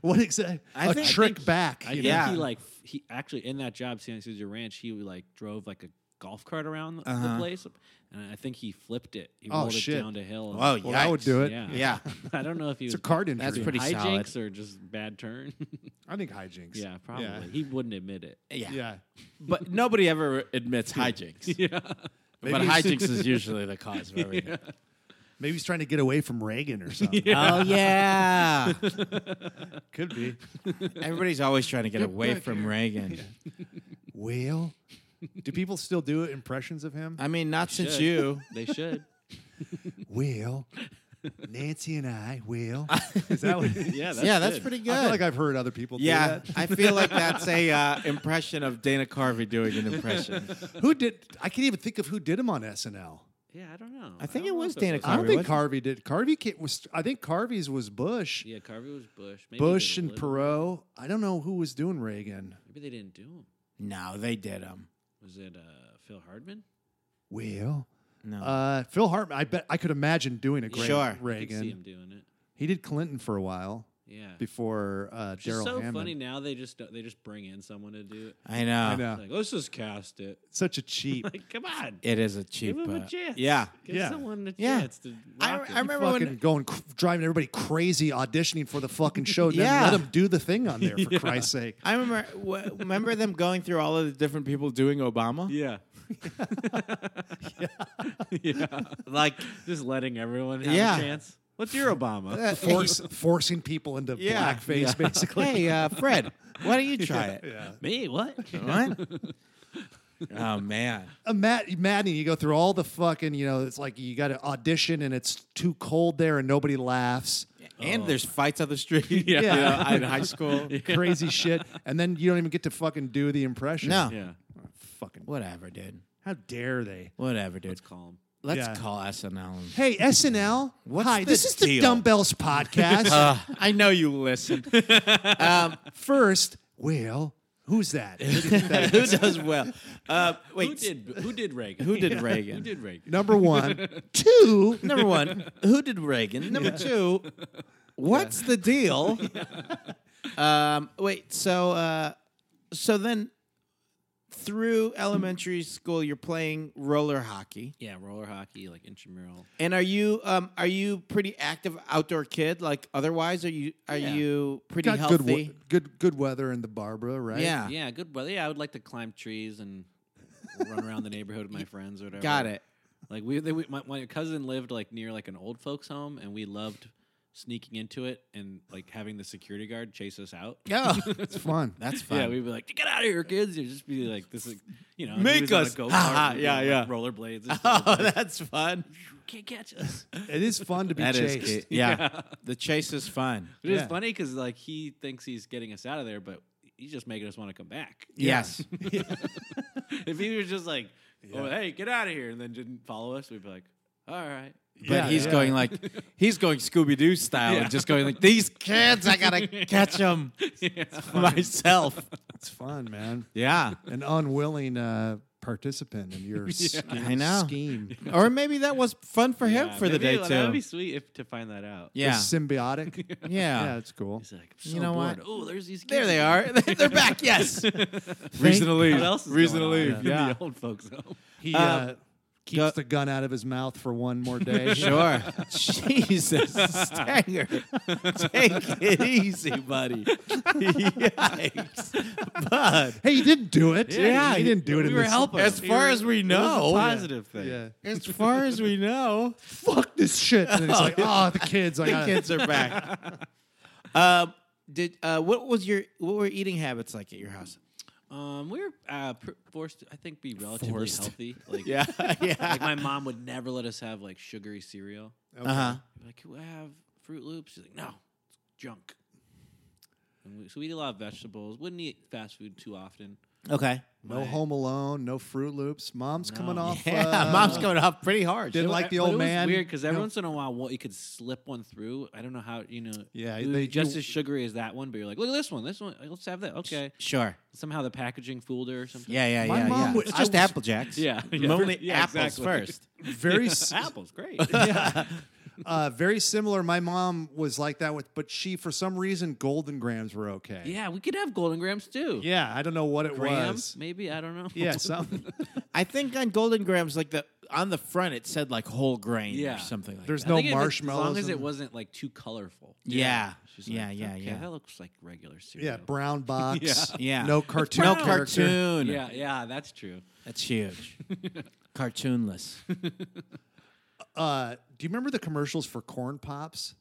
S3: what exactly?
S2: I
S3: A
S2: think- I
S3: trick
S4: think-
S3: back.
S4: I
S3: you know?
S4: think
S2: Yeah.
S4: he like f- he actually in that job, San Jose Ranch, he like drove like a golf cart around the, the
S2: Uh-huh.
S4: place, and I think he flipped it. He
S3: Oh,
S4: rolled
S3: shit.
S4: it down to hill. and-
S2: Oh,
S3: Well, that would
S2: yikes.
S3: do it.
S4: Yeah.
S2: Yeah.
S4: I don't know if he
S3: It's
S4: was
S3: a card injury.
S2: That's
S4: doing
S2: pretty solid.
S4: hijinks or just bad turn.
S3: I think hijinks.
S4: yeah, probably. He wouldn't admit it.
S2: Yeah.
S3: Yeah.
S2: But nobody ever admits hijinks.
S4: Yeah,
S2: but
S3: it's-
S2: hijinks is usually the cause of everything.
S3: Maybe he's trying to get away from Reagan or something.
S2: Oh yeah.
S3: Could be.
S2: Everybody's always trying to get away from Reagan.
S3: Well, do people still do impressions of him?
S2: I mean, not since
S4: should.
S2: you.
S4: they should.
S3: Well, Nancy and I, well. Is that what?
S4: Yeah, that's
S2: yeah, that's
S4: good.
S2: pretty good.
S3: I feel like I've heard other people
S2: yeah,
S3: do
S2: I feel like that's a uh, impression of Dana Carvey doing an impression.
S3: that. Who did? I can't even think of who did him on SNL.
S4: Yeah, I don't know.
S2: I think
S4: don't
S2: it
S4: know
S2: was
S4: if
S2: Dana
S3: I
S2: Carvey,
S3: don't think
S2: wasn't
S3: Carvey did. Carvey ca- was. I think Carvey's was Bush,
S4: Yeah, Carvey was Bush. Maybe
S3: Bush
S4: they did
S3: and
S4: a little-
S3: Perot. I don't know who was doing Reagan.
S4: Maybe they didn't do him.
S2: No, they did him.
S4: Was it uh, Phil Hardman?
S3: Well,
S2: No.
S3: uh, Phil Hartman. I bet I could imagine doing a great
S2: Sure. I
S4: I could see
S3: Reagan.
S4: him doing it.
S3: He did Clinton for a while
S4: Yeah.
S3: before uh,
S4: Which is
S3: Daryl
S4: so
S3: Hammond.
S4: funny now. They just they just bring in someone to do it.
S2: I know.
S3: I know.
S4: Like, let's just cast it.
S3: Such a cheap.
S4: Like, come on.
S2: It is a cheap.
S4: Give him a
S2: uh,
S4: chance.
S2: Yeah.
S4: Give
S3: Yeah.
S4: someone a
S2: Yeah.
S4: chance to
S2: I,
S4: rock it.
S2: I remember
S3: fucking
S2: when
S3: going cr- driving everybody crazy auditioning for the fucking show. and
S2: Yeah.
S3: Then let them do the thing on there for Christ's sake.
S2: I remember w- remember them going through all of the different people doing Obama.
S4: Yeah. yeah.
S2: Like
S4: Just letting everyone have
S2: Yeah.
S4: a chance. What's your Obama?
S3: Force, forcing people into
S2: Yeah.
S3: blackface, basically.
S2: Hey, uh, Fred, why don't you try it?
S4: Me? What?
S2: What? oh man.
S3: A mad, maddening. Uh, You go through all the fucking, you know, it's like you got to audition and it's too cold there and nobody laughs.
S2: And there's fights on the street.
S4: Oh. Yeah.
S2: you know, in high school.
S3: Crazy shit. And then you don't even get to fucking do the impression.
S2: No.
S4: yeah.
S3: Fucking,
S2: Whatever, dude.
S3: how dare they?
S2: Whatever, dude.
S4: Let's call him.
S2: Let's
S3: Yeah.
S2: call SNL. and-
S3: Hey, SNL. Hi,
S2: the
S3: this is the
S2: deal?
S3: Dumbbells Podcast.
S2: Uh, I know you listen. um,
S3: First, well, Who's that?
S2: Who does well? Uh, wait,
S4: Who did who did Reagan?
S2: who did Reagan?
S4: Who did Reagan?
S3: Number one,
S2: two, number one, who did Reagan? Number two, what's the deal? um, wait, so uh, so then through elementary school, you're playing roller hockey,
S4: Yeah, roller hockey, like intramural.
S2: and are you um, are you pretty active outdoor kid? Like otherwise, are you are
S4: Yeah.
S2: you pretty
S3: got
S2: healthy?
S3: good, we- good, good weather in the Barbara, right?
S2: Yeah.
S4: Yeah, good weather. Yeah, I would like to climb trees and run around the neighborhood with my friends or whatever.
S2: got it.
S4: Like we, they, we my, my cousin lived like near like an old folks home, and we loved sneaking into it and like having the security guard chase us out.
S2: Yeah,
S3: it's fun.
S2: that's fine.
S4: Yeah, we'd be like, get out of here, kids! You'd just be like, this is, you know, and
S2: Make
S4: he was on a
S2: us-
S4: go-kart
S2: Ha, ha,
S4: and
S2: yeah,
S4: doing, like,
S2: yeah.
S4: rollerblades. And stuff.
S2: Oh, that's fun.
S4: can't catch us.
S3: It is fun to be
S2: That is,
S3: chased.
S2: ca- yeah. The chase is fun.
S4: It is
S3: Yeah.
S4: funny because like he thinks he's getting us out of there, but he's just making us want to come back.
S2: Yes.
S4: if he was just like, oh hey, get out of here, and then didn't follow us, we'd be like, all right.
S2: But he's
S3: yeah.
S2: going like he's going Scooby Doo style
S4: Yeah.
S2: and just going like these kids, I gotta catch them myself.
S3: It's fun, man.
S2: Yeah,
S3: An unwilling uh, participant in your scheme,
S2: I know.
S3: scheme.
S2: or maybe that was fun for him
S4: Yeah,
S2: for the
S4: maybe
S2: day
S4: it- That would be
S2: too.
S4: sweet if to find that out.
S3: It's
S2: Yeah,
S3: symbiotic.
S2: yeah,
S3: yeah, it's cool.
S4: He's like,
S2: You know what?
S4: Oh, there's these. Kids
S2: There they
S4: again."
S2: are. They're back. Yes. Reason to leave.
S4: What else? Is
S2: Reason
S4: going
S2: to
S4: on
S2: leave.
S4: in
S2: Yeah.
S4: the old folks home.
S3: He
S2: Uh,
S3: uh, keeps
S2: go-
S3: the gun out of his mouth for one more day.
S2: Sure. Jesus, Stanger. Take it easy, buddy. Yikes. Bud.
S3: Hey, he didn't do it.
S2: Yeah,
S3: he didn't do it.
S4: we
S3: in
S4: were
S3: this-
S4: helping.
S2: As far as we know.
S4: it was a positive thing.
S3: Yeah.
S2: Oh, As far as we know.
S3: Fuck this shit. And then he's like, oh, the kids. I
S2: the
S3: gotta-
S2: kids are back. um, did uh, what was your what were eating habits like at your house?
S4: Um, we were uh, pr- forced, to, I think, be relatively
S2: Forced.
S4: healthy. Like,
S2: yeah.
S4: like my mom would never let us have like sugary cereal.
S2: Uh huh.
S4: I'd be Like, can we have Fruit Loops? She's like, no, it's junk. And we, so we eat a lot of vegetables. Wouldn't eat fast food too often.
S2: Okay.
S3: No
S4: My-
S3: Home Alone, no Fruit Loops. Mom's coming
S4: No.
S3: off.
S2: Yeah,
S3: uh,
S2: mom's coming off pretty hard.
S3: Didn't
S4: It wa-
S3: like the
S4: but
S3: old
S4: it was
S3: man.
S4: Weird because every
S3: No.
S4: once in a while, what you could slip one through. I don't know how you know.
S3: Yeah,
S4: it would
S3: they-
S4: be just
S3: you-
S4: as sugary as that one. But you're like, look at this one. This one. Let's have that. Okay.
S2: Sure.
S4: Somehow the packaging fooled her or something.
S2: Yeah, yeah,
S3: My
S2: yeah.
S3: mom
S2: yeah.
S3: would-
S2: it's
S3: I
S2: just
S3: was-
S2: Apple Jacks.
S4: Yeah, yeah.
S2: Only
S4: Yeah,
S2: apples
S4: exactly.
S2: first.
S3: Very, s-
S4: Apples, great.
S3: uh, very similar. My mom was like that with, but she, for some reason, Golden Grams were okay.
S4: yeah, we could have golden grams too.
S3: Yeah, I don't know what it
S4: grams,
S3: was.
S4: maybe I don't know.
S3: Yeah, some,
S2: I think on Golden Grams, like the on the front, it said like whole grain
S4: Yeah.
S2: or something like
S3: there's
S2: that.
S3: no
S4: I think if it-
S3: marshmallows.
S4: As long as
S3: in
S4: it
S3: them.
S4: wasn't like too colorful.
S2: Yeah.
S4: She's
S2: Yeah,
S4: like,
S2: yeah,
S4: okay,
S2: yeah.
S4: That looks like regular cereal.
S3: yeah, brown box.
S2: Yeah.
S3: No
S2: It's
S3: cartoon.
S2: No
S3: character.
S2: cartoon.
S4: Yeah, yeah, that's true.
S2: That's huge. Cartoonless.
S3: Uh, do you remember the commercials for corn pops?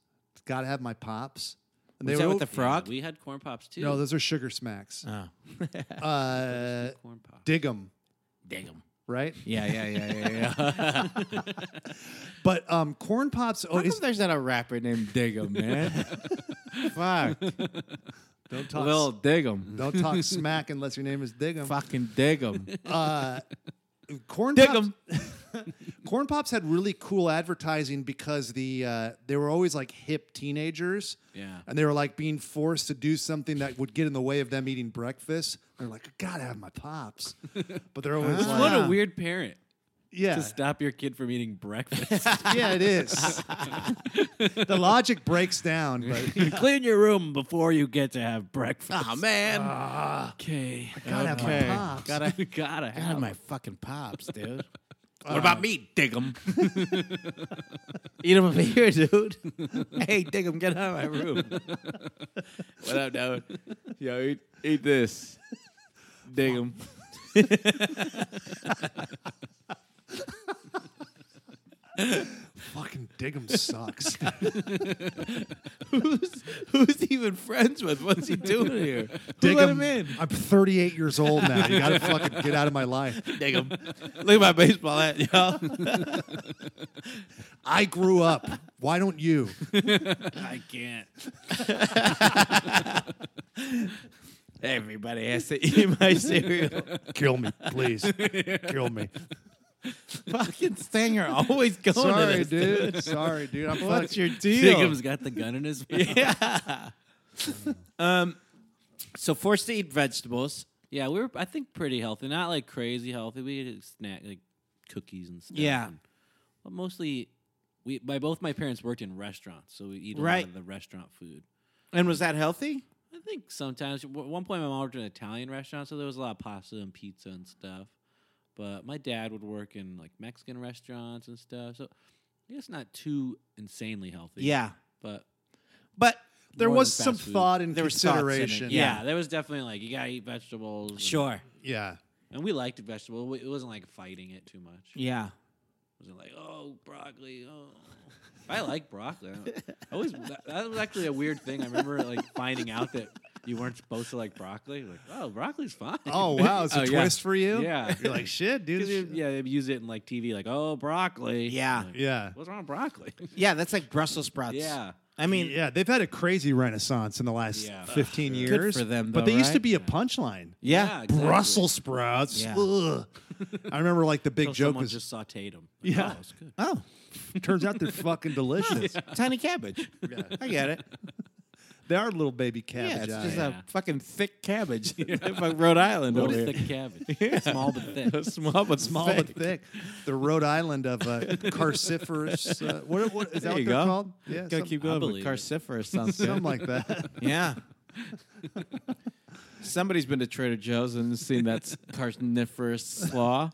S3: Gotta have my pops. And
S2: Was that
S3: were
S2: with the
S3: o-
S2: frog?
S4: Yeah, we had corn pops too.
S3: No, those are sugar smacks.
S2: Oh.
S3: Uh,
S4: corn pops.
S3: dig 'em,
S2: Dig 'em.
S3: right?
S2: Yeah, yeah, yeah, yeah, yeah.
S3: But um, corn pops. Oh,
S2: How come
S3: is,
S2: there's not a rapper named Diggum, man? Fuck.
S3: don't talk.
S2: Lil Diggum.
S3: Don't talk smack unless your name is Diggum.
S2: Fucking Diggum.
S3: Uh, corn
S2: Diggum.
S3: pops. corn pops had really cool advertising because the uh, they were always like hip teenagers.
S4: Yeah.
S3: And they were like being forced to do something that would get in the way of them eating breakfast. They're like, I gotta have my pops. But they're always like,
S4: What a weird parent
S3: yeah,
S4: to stop your kid from eating breakfast.
S3: yeah, it is. the logic breaks down, but
S4: Clean your room before you get to have breakfast.
S2: Oh, man.
S4: Okay.
S3: gotta have my
S2: Okay.
S3: pops.
S2: Gotta
S4: Gotta
S2: out
S4: have
S2: of my fucking pops, dude. what about me, Diggum? Eat 'em over here, dude. hey, Diggum, get out of my room. what up, dude? Yo, eat, eat this. Diggum.
S3: Fucking Diggum sucks.
S2: who's, who's he even friends with? What's he doing here? Who let him
S3: Diggum,
S2: in?
S3: I'm 38 years old now. You gotta fucking get out of my life.
S2: Diggum. Look at my baseball hat, yo.
S3: I grew up. Why don't you?
S4: I can't.
S2: Everybody has to eat my cereal.
S3: Kill me, please. Kill me.
S2: fucking Stanger always going
S3: Sorry,
S2: to this,
S3: dude. Sorry, dude. I'm
S2: What's
S3: fucking.
S2: your deal?
S4: Diggum's got the gun in his mouth.
S2: yeah. um, so forced to eat vegetables.
S4: Yeah, we were I think pretty healthy, not like crazy healthy. We had snack like cookies and stuff.
S2: Yeah.
S4: and- but mostly we my both my parents worked in restaurants, so we eat a
S2: Right.
S4: lot of the restaurant food.
S2: And was that healthy?
S4: I think sometimes at one point my mom worked in an Italian restaurant, so there was a lot of pasta and pizza and stuff. But my dad would work in like Mexican restaurants and stuff, so I guess not too insanely healthy.
S2: Yeah.
S4: but
S2: But
S3: There
S4: More
S3: was
S4: than
S3: some
S4: fast food.
S3: thought and
S2: There was thoughts in it,
S3: consideration.
S2: Yeah.
S4: yeah, there was definitely like you gotta eat vegetables. and-
S2: sure.
S3: Yeah.
S4: and we liked vegetables. We- It wasn't like fighting it too much.
S2: Yeah.
S4: was it like oh broccoli oh i like broccoli i always that, that was actually a weird thing i remember like finding out that you weren't supposed to like broccoli like oh broccoli's fine
S3: Oh wow, it's a
S4: Oh, yeah.
S3: twist for you.
S4: yeah
S3: You're like shit, dude.
S4: 'Cause
S3: this
S4: you-
S3: shit-
S4: yeah they use it in like tv like oh broccoli
S2: Yeah.
S4: Like,
S3: Yeah.
S4: what's wrong with broccoli
S2: Yeah, that's like Brussels sprouts.
S4: yeah
S2: I mean,
S3: yeah, they've had a crazy renaissance in the last
S4: Yeah.
S3: 15
S2: Good
S3: years.
S2: for them,
S3: but
S2: though,
S3: they used to
S2: right?
S3: be a punchline.
S2: yeah.
S4: exactly.
S3: Brussels sprouts.
S2: Yeah.
S3: Ugh. I remember like the big
S4: Till
S3: joke
S4: someone
S3: was
S4: just sauteed them
S3: Yeah.
S4: oh, it's good
S2: Oh,
S3: turns out they're fucking delicious.
S2: tiny cabbage. I get it.
S3: They are little baby cabbage.
S2: Yeah, it's
S3: eyes.
S2: just
S4: Yeah.
S2: a fucking thick cabbage. Fuck Rhode Island
S4: what
S2: over
S4: is
S2: here.
S4: thick cabbage small but thick
S2: small but
S3: small but thick. The Rhode Island of uh, carciferous. Uh, what, what is that?
S2: There
S3: what
S2: you
S3: they're
S2: go.
S3: called? Yeah,
S2: Gotta
S3: some-
S2: keep
S4: I
S2: going with
S4: believe it.
S2: Carcifer or something.
S3: something like that.
S2: yeah. Somebody's been to Trader Joe's and seen that s- carnivorous slaw.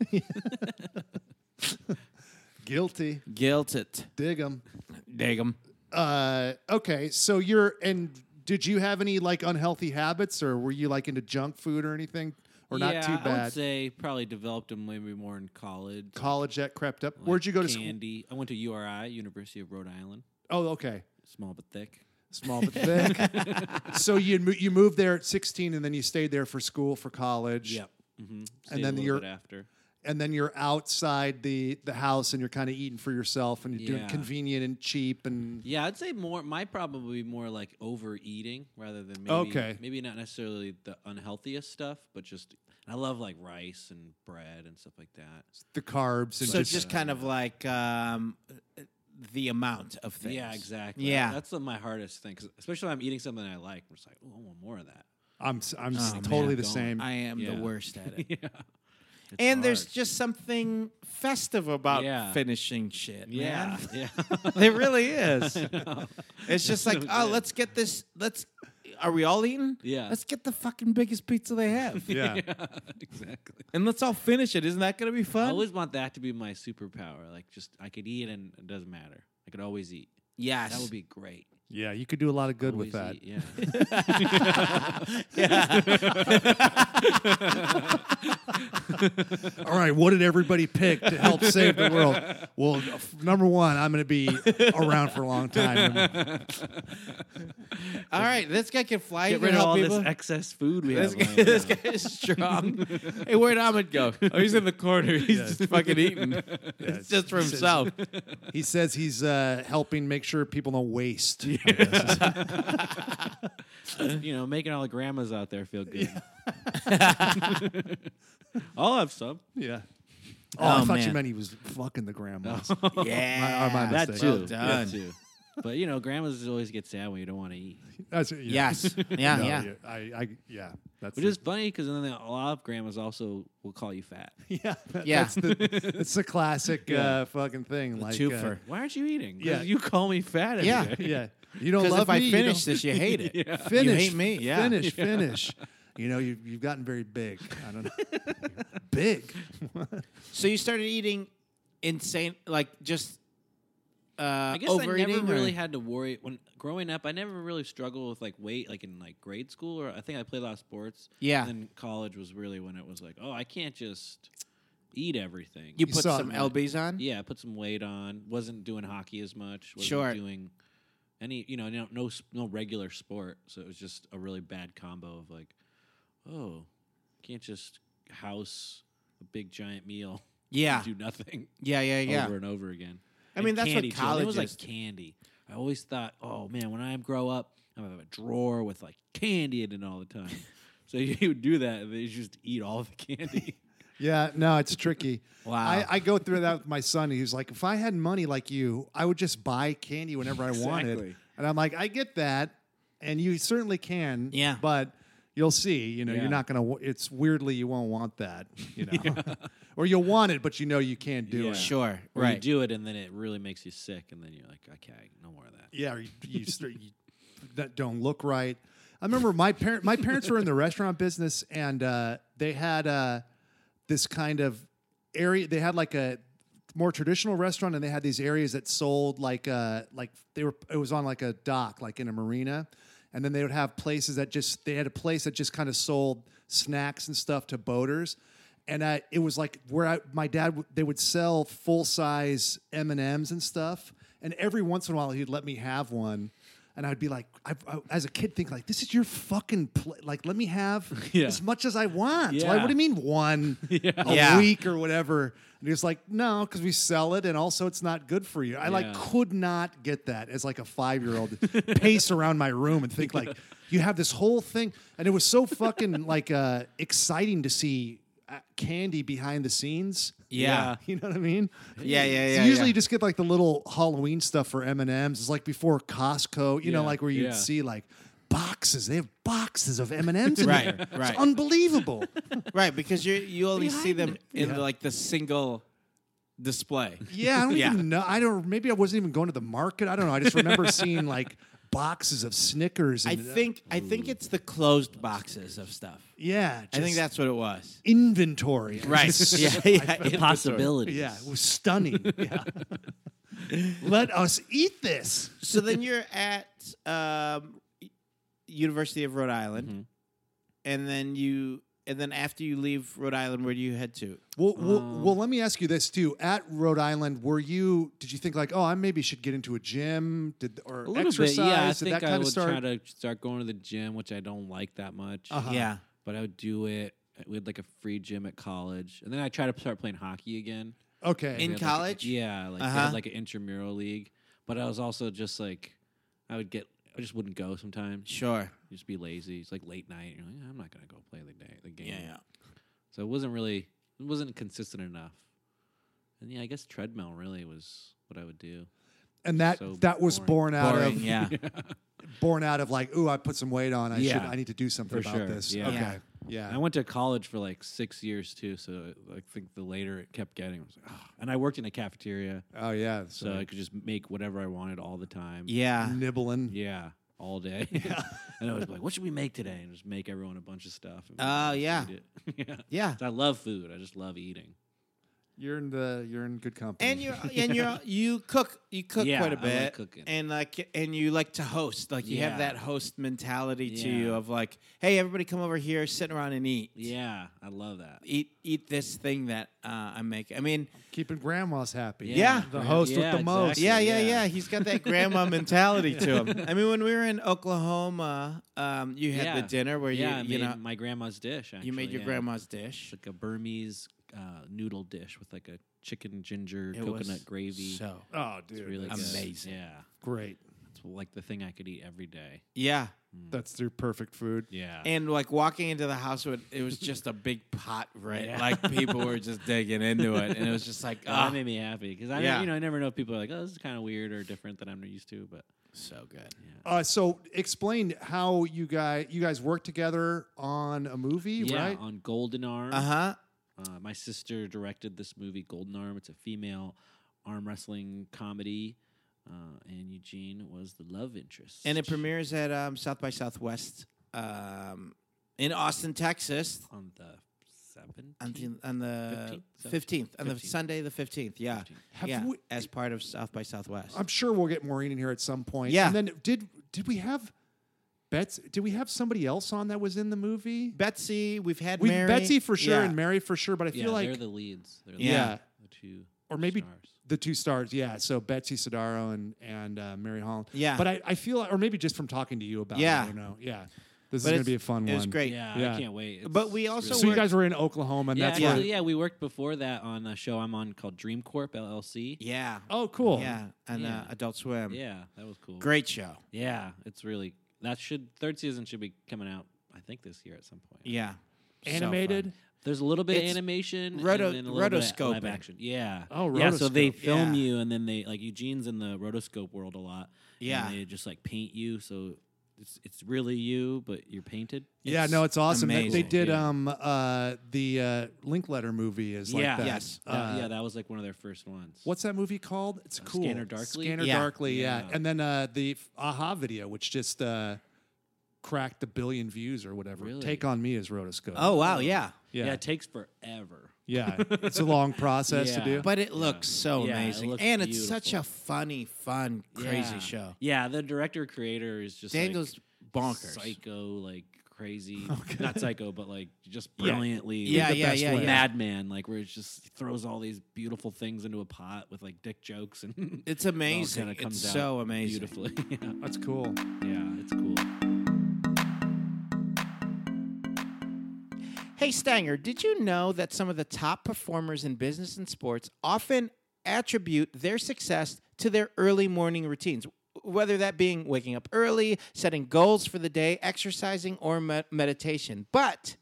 S3: Guilty.
S2: Guilt it.
S3: Dig them.
S2: Dig 'em.
S3: Uh, okay, so you're and did you have any like unhealthy habits, or were you like into junk food or anything, or
S4: yeah,
S3: not too
S4: I would
S3: bad?
S4: say probably developed them maybe more in college.
S3: College that crept up.
S4: like
S3: Where'd you go to school?
S4: candy. I went to URI, University of Rhode Island.
S3: Oh, okay.
S4: Small but thick.
S3: Small but thick. so you mo- you moved there at 16, and then you stayed there for school for college.
S4: Mm-hmm.
S3: then you're-
S4: bit after.
S3: and then you're outside the the house and you're kind of eating for yourself and you're doing
S4: Yeah.
S3: convenient and cheap and
S4: Yeah, I'd say more. My problem would be more like overeating rather than maybe
S3: Okay.
S4: maybe not necessarily the unhealthiest stuff, but just I love like rice and bread and stuff like that.
S3: the carbs and
S2: So
S3: just,
S2: just, kind of like um, the amount of things.
S4: Yeah, exactly.
S2: Yeah.
S4: that's the, my hardest thing, 'cause especially when I'm eating something I like. I'm just like, oh, I want more of that.
S3: I'm s- I'm s-
S2: Oh, man,
S3: totally the
S4: don't.
S3: same.
S2: I am
S4: Yeah.
S2: the worst at it.
S4: yeah,
S2: and there's just something festive about
S4: Yeah.
S2: finishing shit.
S4: yeah,
S2: man.
S4: yeah.
S2: It really is.
S4: know.
S2: It's just like,
S4: so
S2: oh,
S4: good.
S2: let's get this. Let's. Are we all eating?
S4: Yeah.
S2: Let's get the fucking biggest pizza they have,
S3: yeah.
S4: exactly.
S2: and let's all finish it. Isn't that going to be
S4: I
S2: fun?
S4: always want that to be my superpower. Like, just I could eat and it doesn't matter. I could always eat.
S2: yes.
S4: That would be great.
S3: Yeah, you could do a lot of good with that.
S4: Always eat, yeah.
S3: All right, what did everybody pick to help save the world? Well, f- number one, I'm going to be around for a long time.
S2: all right. This guy can fly. he
S4: Get
S2: can
S4: rid of
S2: help
S4: all
S2: people.
S4: this excess food we
S2: This
S4: have.
S2: guy,
S4: lying
S2: this guy is
S4: around.
S2: strong. hey, where'd Ahmed go? Oh, he's in the corner. He's just fucking eating. it's just for himself.
S3: He says he's uh, helping make sure people don't waste.
S4: you know, making all the grandmas out there feel good. I'll have some.
S3: Yeah. Oh,
S2: Oh,
S3: I thought you
S2: man.
S3: meant he was fucking the grandmas.
S2: yeah.
S3: Oh, My- my
S2: That-
S3: mistake.
S2: Well
S4: Too.
S2: done.
S4: That too. But you know, grandmas always get sad when you don't want to eat,
S3: That's, yeah.
S2: Yes. Yeah.
S3: No,
S2: yeah.
S3: I, I, yeah. That's
S4: which is funny because then a lot of grandmas also will call you fat.
S3: Yeah, that-
S2: Yeah.
S3: That's the, that's the classic uh, fucking thing. like, uh,
S2: twofer.
S4: Why aren't you eating? 'Cause
S3: Yeah.
S4: you call me fat. every
S2: Yeah.
S4: day.
S3: yeah, you don't
S2: Because
S3: love
S2: if
S3: me.
S2: I
S3: you
S2: finish
S3: don't-
S2: this, you hate it.
S3: finish,
S2: You hate me. Yeah.
S3: finish, finish. You know, you, you've gotten very big. I don't know, big.
S2: So you started eating insane, like just uh,
S4: I guess
S2: overeating.
S4: I never
S2: or-
S4: really had to worry when growing up. I never really struggled with like weight, like in like grade school, or I think I played a lot of sports.
S2: Yeah.
S4: And then college was really when it was like, oh, I can't just eat everything.
S2: you
S3: You
S2: put
S3: saw
S2: some
S3: it.
S2: lbs on.
S4: yeah, I put some weight on. Wasn't doing hockey as much. Wasn't
S2: Sure.
S4: Doing any, you know, no, no s- no regular sport. So it was just a really bad combo of like, oh, can't just house a big giant meal.
S2: Yeah.
S4: and do nothing
S2: Yeah. Yeah. Yeah.
S4: over and over again.
S2: I mean, that's what
S4: candy, too. I think It was
S2: college is.
S4: like candy. I always thought, oh man, when I grow up, I'm gonna have a drawer with like candy in it all the time. so you would do that, and then you just eat all the candy.
S3: Yeah, no, it's tricky.
S2: Wow.
S3: I, I go through that with my son. He's like, if I had money like you, I would just buy candy whenever I wanted.
S4: Exactly.
S3: And I'm like, I get that, and you certainly can.
S2: Yeah.
S3: but you'll see. You know,
S4: Yeah.
S3: you're not gonna. wa- It's weirdly you won't want that. You know, or you'll want it, but you know you can't do
S4: Yeah.
S3: it.
S2: Sure.
S4: Or
S2: right.
S4: you do it and then it really makes you sick and then you're like, okay, no more of that.
S3: Yeah, or you, you, st- you that don't look right. I remember my parent. My parents were in the restaurant business, and uh, they had uh, this kind of area. They had like a more traditional restaurant, and they had these areas that sold like uh, like they were. It was on like a dock, like in a marina, and then they would have places that just they had a place that just kind of sold snacks and stuff to boaters. And I, it was like where I, my dad, w- they would sell full size M and M's and stuff. And every once in a while, he'd let me have one, and I'd be like, I, I, as a kid, think like, this is your fucking pla like, let me have
S4: Yeah.
S3: as much as I want. Why,
S4: Yeah.
S3: what do you mean one a
S2: Yeah.
S3: week or whatever? And he was like, no, because we sell it, and also it's not good for you. I like
S4: Yeah.
S3: could not get that as like a five year old pace around my room and think like, you have this whole thing, and it was so fucking like uh, exciting to see. uh, Candy behind the scenes,
S2: Yeah.
S3: you know what I mean.
S2: Yeah, yeah,
S3: So
S2: yeah.
S3: usually
S2: yeah.
S3: you just get like the little Halloween stuff for M and M's. It's like before Costco, you know,
S4: Yeah,
S3: like where you'd
S4: yeah.
S3: see like boxes. They have boxes of M and M's in
S2: Right,
S3: there.
S2: right.
S3: It's unbelievable.
S2: right because you you only see
S4: Behind
S2: them in
S3: Yeah.
S2: like the single display.
S3: yeah, I don't
S2: Yeah.
S3: even know. I don't. Maybe I wasn't even going to the market. I don't know. I just remember seeing like boxes of Snickers. And, uh,
S2: I think I think it's the closed boxes of stuff.
S3: Yeah,
S2: I think
S3: just
S2: that's what it was.
S3: inventory.
S2: Right.
S3: Just-
S2: yeah. yeah.
S4: Possibilities.
S3: Yeah, it was stunning. Yeah. Let us eat this.
S2: so then you're at um, University of Rhode Island,
S4: Mhm.
S2: and then you and then after you leave Rhode Island, where do you head to?
S3: Well, well,
S4: Um,
S3: well, let me ask you this too. At Rhode Island, were you? Did you think like, oh, I maybe should get into a gym? Did or
S4: A little
S3: exercise?
S4: bit, yeah. I
S3: did
S4: think
S3: that
S4: I
S3: kind
S4: would
S3: of start?
S4: try to start going to the gym, which I don't like that much.
S3: Uh-huh.
S2: Yeah.
S4: But I would do it. We had like a free gym at college, and then I tried to start playing hockey again.
S3: okay.
S2: In
S4: They had, like, a-
S2: college?
S4: yeah, like they
S2: Uh-huh.
S4: had like an intramural league. But I was also just like, I would get, I just wouldn't go sometimes.
S2: Sure.
S4: Just be lazy. It's like late night. You're like, I'm not gonna go play the day, the game.
S2: Yeah. yeah.
S4: So it wasn't really, it wasn't consistent enough. And yeah, I guess treadmill really was what I would do.
S3: and that
S4: So
S3: that was
S4: boring.
S3: born out
S2: Boring,
S3: of
S2: yeah.
S3: born out of like, ooh, I put some weight on. I should.
S4: Yeah.
S3: I need to do something
S4: For
S3: about
S4: sure,
S3: this.
S4: yeah.
S3: Okay.
S2: Yeah.
S3: Yeah.
S4: And I went to college for like six years too, so I think the later it kept getting, I was like, "Ugh." and I worked in a cafeteria,
S3: oh yeah.
S4: so I could just make whatever I wanted all the time.
S2: yeah.
S3: nibbling.
S4: Yeah, all day. and I was like, "What should we make today?" And just make everyone a bunch of stuff. and
S2: Oh,
S4: just
S2: yeah.
S4: eat it. yeah.
S2: Yeah.
S4: 'Cause I love food. I just love eating.
S3: You're in the you're in good company.
S2: And you're and you're you cook you cook
S4: Yeah,
S2: quite a
S4: I
S2: bit
S4: like cooking.
S2: and like and you like to host like you have
S4: Yeah.
S2: that host mentality to
S4: Yeah.
S2: you of like hey everybody come over here sit around and eat
S4: Yeah, I love that.
S2: eat eat this thing that uh, I make I mean
S3: keeping grandmas happy.
S2: Yeah.
S3: The host
S4: Yeah,
S3: with the most.
S4: exactly.
S2: Yeah, yeah,
S4: Yeah.
S2: yeah. He's got that grandma mentality to him. I mean, when we were in Oklahoma, um, you had the
S4: Yeah.
S2: dinner where
S4: yeah, I
S2: you, you
S4: made
S2: know,
S4: my grandma's dish. Actually,
S2: you made your
S4: yeah.
S2: grandma's dish.
S4: like a Burmese uh, noodle dish with like a chicken ginger
S2: It was
S4: coconut gravy.
S2: So
S3: Oh,
S4: it's
S3: dude,
S4: really
S3: that's
S4: good. Mm.
S2: amazing.
S4: Yeah,
S3: Great.
S4: it's like the thing I could eat every day.
S2: yeah,
S3: That's their perfect food.
S4: Yeah.
S2: and like walking into the house, with, it was just a big pot, right?
S4: Yeah.
S2: Like people were just digging into it, and it was just like,
S4: Oh, that
S2: oh,
S4: made me happy because I,
S2: Yeah.
S4: you know, I never know if people are like, "Oh, this is kind of weird or different than I'm used to," but
S2: so good.
S3: Uh, so explain how you guys you guys work together on a movie,
S4: yeah,
S3: right?
S4: on Golden Arm,
S2: Uh huh.
S4: uh, my sister directed this movie, Golden Arm. It's a female arm wrestling comedy, uh, and Eugene was the love interest.
S2: And it premieres at um, South by Southwest um, in Austin, Texas.
S4: on the seventh.
S2: On the, on the
S4: 15th?
S2: 15th, on the
S4: 15th.
S2: Sunday the 15th, yeah.
S3: Have
S2: yeah,
S3: we-
S2: as part of South by Southwest.
S3: I'm sure we'll get Maureen in here at some point.
S2: Yeah.
S3: And then did did we have Bets? Did we have somebody else on that was in the movie?
S2: Betsy, we've had
S3: we
S2: Mary.
S3: Betsy for sure
S2: Yeah.
S3: and Mary for sure, but I
S4: Yeah,
S3: feel
S4: they're
S3: like
S4: the leads. They're the,
S3: Yeah.
S4: the two
S3: or maybe
S4: stars.
S3: the two stars. Yeah, so Betsy Sidaro and and uh, Mary Holland.
S2: Yeah.
S3: but I, I feel or maybe just from talking to you about it. I
S2: Yeah.
S3: don't know. Yeah, this
S2: But
S3: is gonna
S2: it's-
S3: be a fun
S2: It
S3: one.
S2: was great.
S4: Yeah,
S3: Yeah.
S4: I can't wait. It's-
S2: But we
S4: it's
S2: also
S3: So,
S4: really
S3: you
S2: worked-
S3: guys were in Oklahoma, and
S4: yeah,
S3: that's
S4: yeah,
S3: where.
S4: yeah, we worked before that on a show I'm on called Dream Corp LLC.
S2: Yeah.
S3: Oh, cool.
S2: Yeah. And
S4: Yeah.
S2: Uh, Adult Swim.
S4: Yeah, that was cool.
S2: Great show.
S4: Yeah, it's really that should third season should be coming out. I think this year at some point.
S2: Yeah. So fun.
S3: Animated.
S4: There's a little bit
S2: It's
S4: of animation
S2: roto-
S4: and then a little bit of live
S2: rotoscoping.
S4: action. Yeah.
S3: Oh,
S4: yeah. So they
S3: rotoscope.
S4: film
S2: Yeah.
S4: you, and then they like Eugene's in the rotoscope world a lot.
S2: Yeah.
S4: And they just like paint you, so it's it's really you, but you're painted.
S3: yeah, no, it's awesome. They- They
S2: amazing.
S3: did
S4: Yeah.
S3: um uh the uh, Linkletter movie is like
S4: yeah,
S3: that.
S2: Yes.
S4: That-
S3: Uh,
S4: yeah, that was like one of their first ones.
S3: What's that movie called? It's cool.
S4: Uh, Scanner Darkly?
S3: Scanner
S2: Yeah.
S3: Darkly, yeah.
S4: Yeah.
S3: And then uh, the f- Aha video, which just uh, cracked a billion views or whatever.
S4: Really?
S3: Take on Me is Rotoscope.
S2: Oh wow, yeah.
S4: Yeah.
S3: yeah,
S4: it takes forever.
S3: yeah. It's a long process to
S4: Yeah.
S3: do.
S2: But it looks so
S4: Yeah, it
S2: amazing,
S4: looks
S2: and it's such a
S4: beautiful.
S2: funny, fun, crazy
S4: Yeah.
S2: show.
S4: Yeah, the director creator is just like,
S2: Daniel's bonkers.
S4: psycho, like crazy. Not psycho, but like just brilliantly.
S2: Yeah,
S4: like,
S2: yeah, yeah, yeah.
S4: Madman, like where it just throws all these beautiful things into a pot with like dick jokes and it
S2: It's
S4: all
S2: amazing.
S4: kinda
S2: it's
S4: comes out
S2: so amazing.
S4: beautifully. yeah,
S3: That's cool.
S4: yeah, it's cool.
S2: Hey Stanger, did you know that some of the top performers in business and sports often attribute their success to their early morning routines? Whether that being waking up early, setting goals for the day, exercising, or me- meditation. But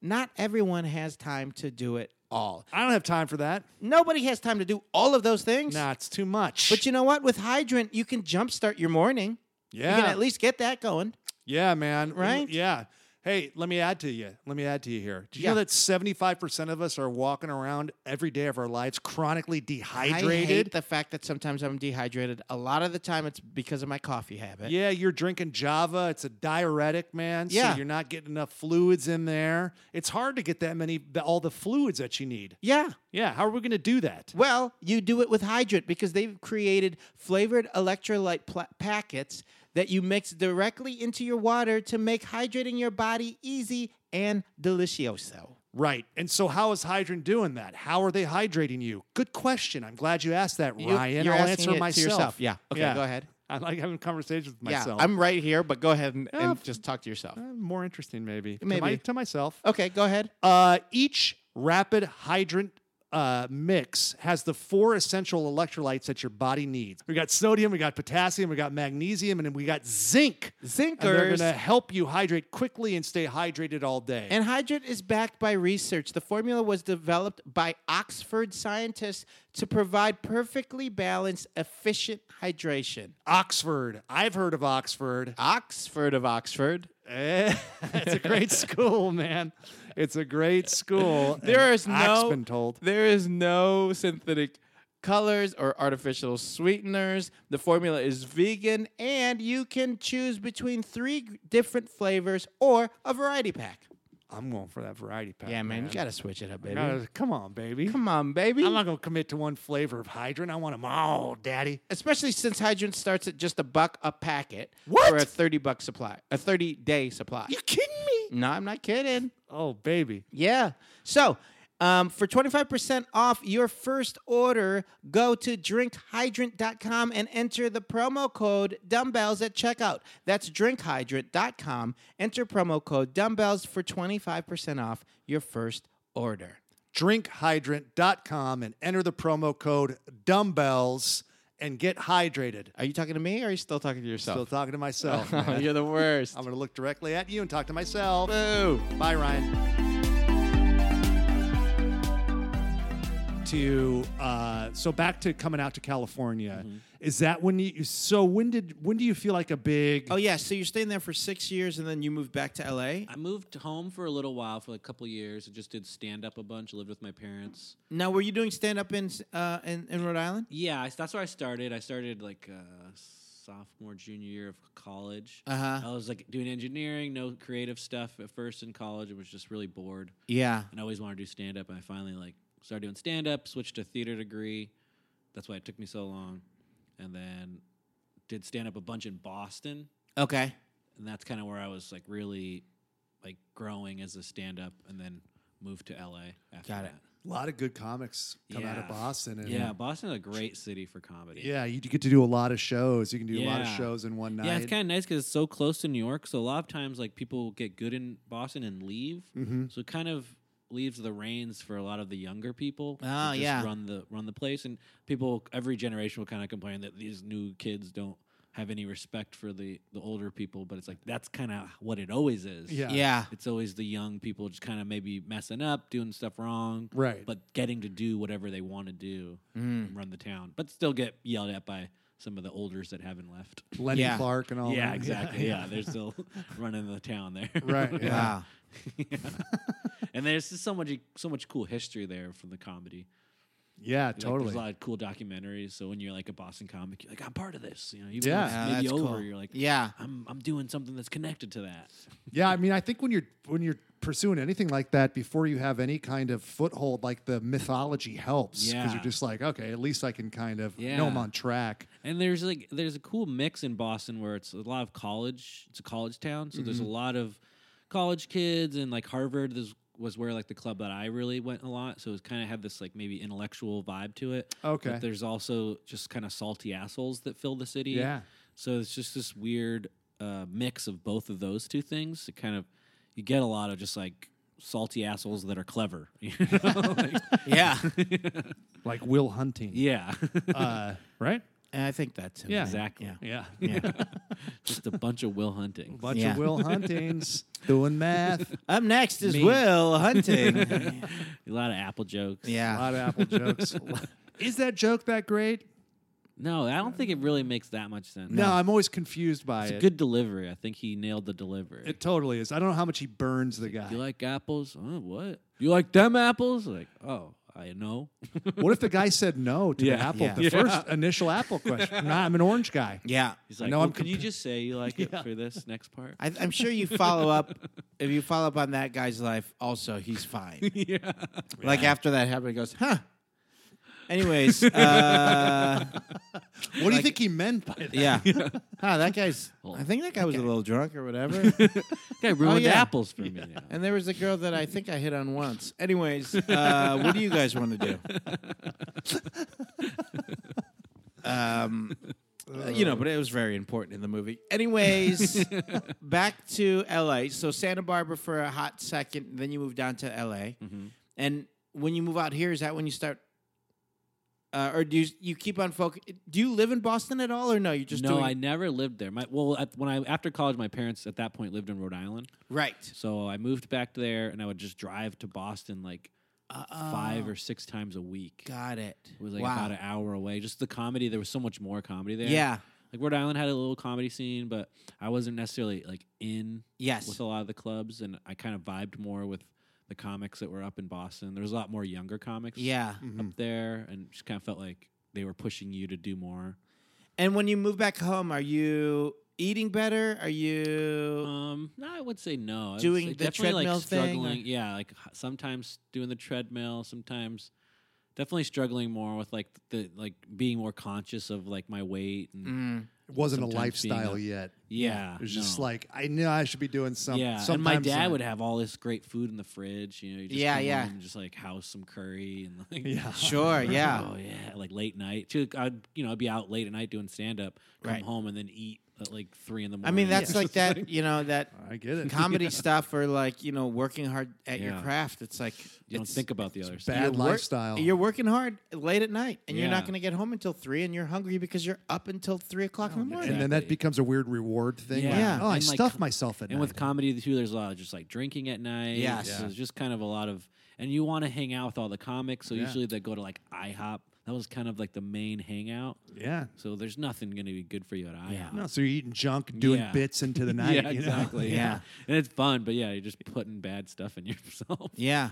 S2: not everyone has time to do it all.
S3: I don't have time for that.
S2: Nobody has time to do all of those things.
S3: Nah, it's too much.
S2: But you know what? With Hydrant, you can jumpstart your morning.
S3: yeah.
S2: You can at least get that going.
S3: Yeah, man.
S2: Right?
S3: Yeah. Hey, let me add to you. Let me add to you here. Did you
S2: Yeah.
S3: know that 75% of us are walking around every day of our lives chronically
S2: I hate
S3: dehydrated?
S2: the fact that sometimes I'm dehydrated. A lot of the time, it's because of my coffee habit.
S3: yeah, you're drinking Java. It's a diuretic, man.
S2: Yeah.
S3: So you're not getting enough fluids in there. It's hard to get that many, the, all the fluids that you need.
S2: Yeah.
S3: Yeah. How are we going to do that?
S2: Well, you do it with Hydrant because they've created flavored electrolyte pla- packets that you mix directly into your water to make hydrating your body easy and delicioso.
S3: Right. And so, how is Hydrant doing that? How are they hydrating you? Good question. I'm glad you asked that,
S2: You-
S3: Ryan.
S2: you're
S3: I'll
S2: asking
S3: answer
S2: it to
S3: myself.
S2: yourself. Yeah. Okay, go ahead.
S3: I like having conversations with myself.
S2: Yeah, I'm right here, but go ahead and,
S3: Yeah.
S2: and just talk to yourself.
S3: Uh, more interesting maybe,
S2: Maybe.
S3: To, my- to myself
S2: Okay, go ahead.
S3: uh, each rapid hydrant uh, mix has the four essential electrolytes that your body needs we got sodium we got potassium we got magnesium and then we got zinc and they're
S2: Zinkers.
S3: gonna help you hydrate quickly and stay hydrated all day
S2: And Hydrant is backed by research. The formula was developed by Oxford scientists to provide perfectly balanced, efficient hydration.
S3: oxford i've heard of oxford
S2: Oxford of Oxford.
S3: Eh, it's a great school man it's a great school
S2: There
S3: and
S2: is
S3: i've
S2: no
S3: been told
S2: There is no synthetic colors or artificial sweeteners. The formula is vegan and you can choose between 3 g- different flavors or a variety pack.
S3: i'm going for that variety pack
S2: Yeah, man, you got to switch it up, baby.
S3: Gotta- come on baby
S2: Come on, baby.
S3: I'm not gonna commit to one flavor of hydrant. I want them all, Daddy.
S2: especially since Hydrant starts at just a buck a packet
S3: What?
S2: for a 30 buck supply, a 30 day supply.
S3: kidding me?
S2: No, I'm not kidding.
S3: Oh, baby.
S2: Yeah. So, um, for 25% off your first order, go to drinkhydrant.com and enter the promo code dumbbells at checkout. That's drinkhydrant.com. Enter promo code dumbbells for 25% off your first order.
S3: Drinkhydrant.com and enter the promo code dumbbells and get hydrated.
S2: Are you talking to me or are you still talking to
S3: Still
S2: yourself?
S3: talking to myself. man.
S2: You're the worst.
S3: I'm gonna look directly at you and talk to myself.
S2: Boo.
S3: Bye, Ryan. To uh, so back to coming out to California.
S4: Mm-hmm.
S3: Is that when you? So when did when do you feel like a big?
S2: Oh yeah, so you're staying there for six years and then you moved back to LA.
S4: I moved home for a little while, for a couple years. I just did stand up a bunch. Lived with my parents.
S2: Now, were you doing stand up in, uh, in in Rhode Island?
S4: Yeah, I, that's where I started. I started like uh, sophomore, junior year of college.
S2: Uh-huh.
S4: I was like doing engineering, no creative stuff at first in college. I was just really bored
S2: Yeah.
S4: and I always wanted to do stand up. And I finally like started doing stand up, switched to theater degree. That's why it took me so long. And then did stand up a bunch in Boston.
S2: Okay.
S4: And that's kind of where I was like really like growing as a stand up and then moved to LA after
S2: Got
S4: that.
S2: it.
S3: A lot of good comics come out of
S4: Yeah.
S3: Boston. And
S4: Yeah, Boston's a great city for comedy.
S3: Yeah, you get to do a lot of shows. You can do a lot of
S4: Yeah.
S3: shows in one night.
S4: Yeah, it's kind of nice because it's so close to New York. So a lot of times, like people get good in Boston and leave.
S3: Mhm.
S4: So it kind of leaves the reins for a lot of the younger people. to
S2: Ah,
S4: just
S2: yeah.
S4: run the run the place, and people every generation will kind of complain that these new kids don't have any respect for the the older people. But it's like that's kind of what it always is.
S3: Yeah.
S2: Yeah.
S4: It's always the young people just kind of maybe messing up, doing stuff wrong,
S3: Right.
S4: But getting to do whatever they want to do, and run the town, but still get yelled at by some of the olders that haven't left.
S3: Lenny
S2: Yeah.
S3: Clark and all.
S4: yeah,
S3: that.
S4: exactly. Yeah, they're still running the town there.
S3: Right. Yeah.
S2: Wow.
S4: and there's just so much so much cool history there from the comedy.
S3: Yeah,
S4: Like,
S3: totally.
S4: there's a lot of cool documentaries. So when you're like a Boston comic, you're like, I'm part of this. You know, even
S3: Yeah.
S4: yeah,
S2: Yeah,
S4: maybe
S2: Uh, that's
S4: over,
S2: cool.
S4: you're like,
S2: Yeah.
S4: I'm I'm doing something that's connected to that.
S3: Yeah, I mean, I think when you're when you're pursuing anything like that, before you have any kind of foothold, like the mythology helps because
S4: Yeah.
S3: you're just like, okay, at least I can kind of
S4: Yeah.
S3: know I'm on track.
S4: And there's like there's a cool mix in Boston where it's a lot of college. It's a college town, so
S3: Mm-hmm.
S4: there's a lot of college kids and like Harvard. This was where like the club that I really went a lot. So it kind of had this like maybe intellectual vibe to it.
S3: Okay.
S4: But there's also just kind of salty assholes that fill the city.
S3: Yeah.
S4: So it's just this weird uh, mix of both of those two things. It kind of you get a lot of just like salty assholes that are clever. you know? Like,
S2: Yeah.
S3: Like Will Hunting,
S4: yeah.
S3: uh, right?
S2: And I think that's him.
S3: Yeah.
S4: Exactly.
S2: Yeah.
S3: Yeah,
S2: Yeah.
S4: Just a bunch of will hunting.
S3: bunch
S2: Yeah.
S3: of Will Huntings doing math.
S2: Up next is
S3: Me.
S2: Will Hunting.
S4: A lot of Apple jokes.
S3: A
S2: yeah.
S3: lot of Apple jokes. Is that joke that great?
S4: No, I don't think it really makes that much sense.
S3: No, I'm always confused by
S4: It's a
S3: it.
S4: good delivery. I think he nailed the delivery.
S3: it totally is. I don't know how much he burns the guy.
S4: you like apples? Oh, what? You like them apples? Like, oh, I know.
S3: what if the guy said no to
S4: Yeah.
S3: the apple,
S2: Yeah.
S3: the first initial apple question? nah, I'm an orange guy.
S2: Yeah.
S4: He's like,
S3: No,
S4: no,
S3: I'm
S4: can you
S3: compa-
S4: just say you like it for this next part?
S2: I, I'm sure you follow up. If you follow up on that guy's life, also he's fine. yeah. Like after that happened, he goes, huh. Anyways, uh,
S3: What do you think he meant by that?
S2: yeah. Huh, that guy's. I think that guy was a little drunk or whatever.
S4: Guy ruined the
S2: oh, yeah.
S4: apples for me. now.
S2: and there was a girl that I think I hit on once. Anyways, uh, what do you guys want to do? Um, uh, you know, but it was very important in the movie. Anyways, back to LA. So Santa Barbara for a hot second, then you move down to LA.
S4: Mm-hmm.
S2: And when you move out here, is that when you start? Uh, or do you, you keep on focus? Do you live in Boston at all, or no? You just
S4: no,
S2: doing-
S4: I never lived there. My well, at, when I after college, my parents at that point lived in Rhode Island,
S2: right.
S4: so I moved back there, and I would just drive to Boston like five or six times a week.
S2: Oh. Got it.
S4: It was like
S2: wow.
S4: about an hour away. Just the comedy. There was so much more comedy there.
S2: Yeah.
S4: like Rhode Island had a little comedy scene, but I wasn't necessarily like in
S2: Yes.
S4: with a lot of the clubs, and I kind of vibed more with the comics that were up in Boston. There was a lot more younger comics.
S2: Yeah.
S4: up there, and just kind of felt like they were pushing you to do more.
S2: And when you move back home, are you eating better? Are you
S4: Um, no, I would say no. I would
S2: Doing
S4: say
S2: the
S4: definitely,
S2: treadmill
S4: like,
S2: thing,
S4: struggling.
S2: or-
S4: Yeah, like h- sometimes doing the treadmill, sometimes definitely struggling more with like the like being more conscious of like my weight and
S2: Mm.
S3: It wasn't a
S4: Sometimes being
S3: lifestyle
S4: a-
S3: yet.
S4: yeah,
S3: It was just
S4: no.
S3: like I knew I should be doing
S2: Um,
S3: something.
S4: yeah. And my dad would have all this great food in the fridge. You know, you just
S2: uh, Yeah,
S4: come
S2: yeah.
S4: home and just like house some curry and like
S3: Yeah.
S2: sure? Yeah.
S4: Oh yeah, like late night. Too, I'd you know I'd be out late at night doing stand up, come
S2: Right.
S4: home and then eat at like three in the
S2: I
S4: morning.
S2: mean, that's
S4: It's
S2: like
S4: just
S2: that. You know that
S3: I get it.
S2: comedy stuff, or like you know working hard at your
S4: Yeah.
S2: craft. It's like
S4: You don't
S2: it's-
S4: think about the other side.
S3: bad
S2: you're work-
S3: lifestyle.
S2: you're working hard late at night, and you're not
S4: Yeah.
S2: going to get home until three, and you're hungry because you're up until three o'clock
S4: Oh,
S2: in the morning.
S3: And then that
S4: Exactly.
S3: becomes a weird reward thing. like,
S4: Yeah.
S3: oh, I
S4: And, like,
S3: stuff
S4: com-
S3: myself at
S4: And with
S3: night.
S4: comedy too, there's a lot of just like drinking at night.
S2: Yes.
S4: So
S2: Yeah.
S4: It's just kind of a lot of, and you want to hang out with all the comics. So usually they go to like IHOP. That was kind of like the main hangout.
S3: yeah.
S4: So there's nothing going to be good for you at IHOP.
S3: No, so you're eating junk, doing
S4: Yeah.
S3: bits into the night.
S4: yeah,
S3: you know?
S4: exactly. Yeah.
S2: Yeah.
S4: and it's fun, but yeah, you're just putting bad stuff in yourself.
S2: yeah.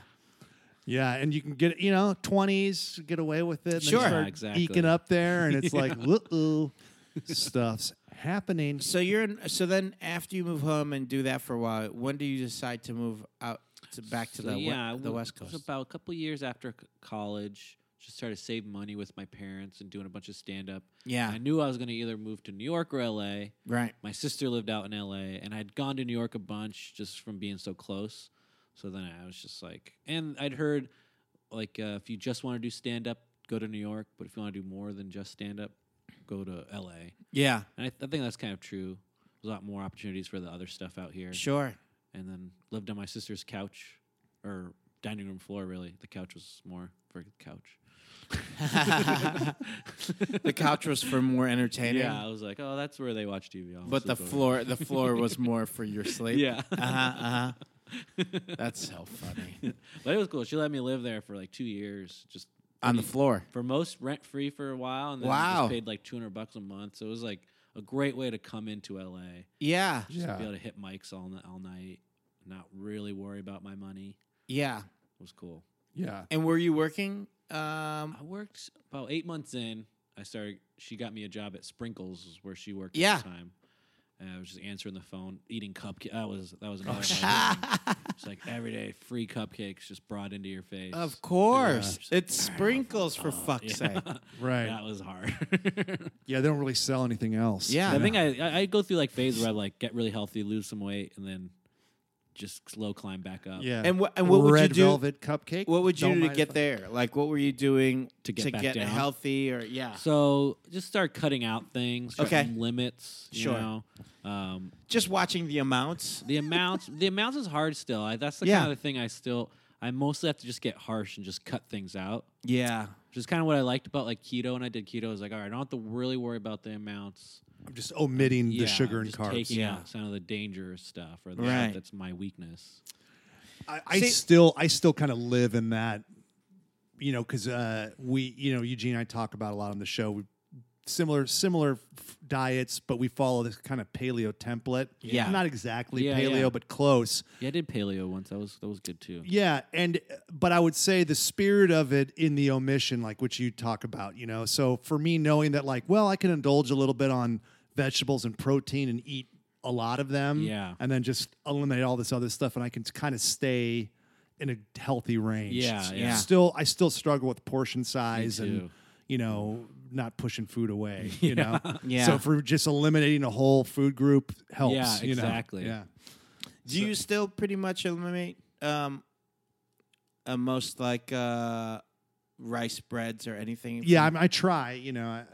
S3: Yeah, and you can get you know twenties, get away with it. And
S2: Sure.
S3: then you start
S4: Exactly.
S3: eking up there, and it's like, woo, stuff's happening.
S2: So you're in, so then after you move home and do that for a while, when do you decide to move out to back to
S4: So,
S2: the we-
S4: yeah, I
S2: the
S4: w-
S2: West
S4: it was
S2: Coast?
S4: about a couple years after c- college, just started saving money with my parents and doing a bunch of stand up.
S2: Yeah.
S4: I knew I was going to either move to New York or L.A.
S2: right.
S4: my sister lived out in LA and I'd gone to New York a bunch just from being so close. So then I was just like, and I'd heard like uh, if you just want to do stand up, go to New York. But if you want to do more than just stand up, go to LA.
S2: Yeah.
S4: And I, I think that's kind of true. There's a lot more opportunities for the other stuff out here.
S2: Sure.
S4: And then lived on my sister's couch or dining room floor, really. The couch was more for the couch.
S2: The couch was for more entertaining.
S4: Yeah, I was like, oh, that's where they watch TV. I'll
S2: But the
S4: sleep over.
S2: floor, the floor was more for your sleep.
S4: Yeah.
S2: Uh huh. Uh huh. That's so funny.
S4: but it was cool. She let me live there for like two years, just
S2: on the floor.
S4: for most rent free for a while, and then I
S2: Wow.
S4: just paid like two hundred bucks a month. So it was like a great way to come into LA,
S2: Yeah,
S4: just to
S3: Yeah.
S4: be able to hit mics all ni- all night, not really worry about my money.
S2: yeah.
S4: It was cool.
S3: Yeah.
S2: And were you working? Um,
S4: I worked about eight months in. I started. She got me a job at Sprinkles, is where she worked
S2: Yeah.
S4: at the time. And I was just answering the phone, eating cupcakes. That was that
S2: Oh,
S4: was another. thing.
S2: of
S4: It's like every day, free cupcakes just brought into your face.
S2: course, it sprinkles for fuck's
S4: Oh, Yeah.
S2: sake.
S3: Right.
S4: That was hard.
S3: Yeah, they don't really sell anything else.
S2: Yeah.
S4: I think I, I I go through like phase where I like get really healthy, lose some weight, and then just slow climb back up.
S3: Yeah.
S2: And what and what would you
S3: Red
S2: do?
S3: velvet cupcake.
S2: What would you
S3: Don't
S2: do to
S3: mind if
S2: get
S3: I-
S2: there? Like, what were you doing
S4: To get
S2: to
S4: back
S2: get
S4: down?
S2: healthy or yeah?
S4: So just start cutting out things, start
S2: Okay.
S4: setting limits. You
S2: Sure.
S4: Know? Um,
S2: Just watching the amounts.
S4: the amounts, the amounts is hard still. I, that's the
S2: Yeah.
S4: kind of thing I still. I mostly have to just get harsh and just cut things out,
S2: Yeah,
S4: which is kind of what I liked about like keto. When I did keto, I was like, all right, I don't have to really worry about the amounts.
S3: I'm just omitting
S4: Yeah,
S3: the sugar
S4: I'm
S3: and
S4: just
S3: carbs.
S4: Taking
S2: Yeah.
S4: out some of the dangerous stuff or the
S2: Right.
S4: stuff that's my weakness.
S3: I, I
S2: See-
S3: still, I still kind of live in that, you know, because uh, we, you know, Eugene and I talk about a lot on the show. We, similar, similar f- diets, but we follow this kind of paleo template.
S2: Yeah.
S3: not exactly
S4: Yeah,
S3: paleo,
S4: yeah.
S3: but close.
S4: Yeah, I did paleo once. That was that was good too.
S3: Yeah, and but I would say the spirit of it in the omission, like what you talk about, you know. So for me, knowing that, like, well, I can indulge a little bit on vegetables and protein and eat a lot of them,
S4: Yeah.
S3: and then just eliminate all this other stuff, and I can kind of stay in a healthy range.
S4: Yeah,
S3: S-
S4: yeah.
S3: Still, I still struggle with portion size and
S4: too.
S3: you know not pushing food away. You know,
S2: Yeah.
S3: So for just eliminating a whole food group helps.
S4: Yeah,
S3: you know?
S4: exactly.
S3: Yeah.
S2: Do you still pretty much eliminate um, uh, most like uh, rice breads or anything?
S3: Yeah, I, I try. You know, I-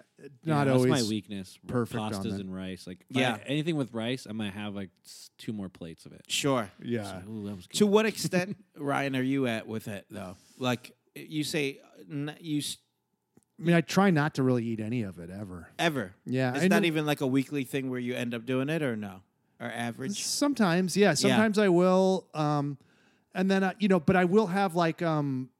S3: not
S4: yeah,
S3: always.
S4: That's my weakness. r-
S3: perfect on
S4: pastas
S3: that.
S4: and rice. Like
S2: Yeah.
S4: yeah, anything with rice, I'm gonna have like s- two more plates of it.
S2: sure.
S3: Yeah.
S4: So, ooh, that was good.
S2: To what extent, Ryan, are you at with it though? Like you say, uh, n- you s-
S3: I mean, I try not to really eat any of it ever.
S2: ever?
S3: Yeah,
S2: It's
S3: I
S2: not
S3: know-
S2: even like a weekly thing where you end up doing it or no, or average.
S3: Sometimes, yeah. Sometimes I will. Um, and then, uh, you know, but I will have like um,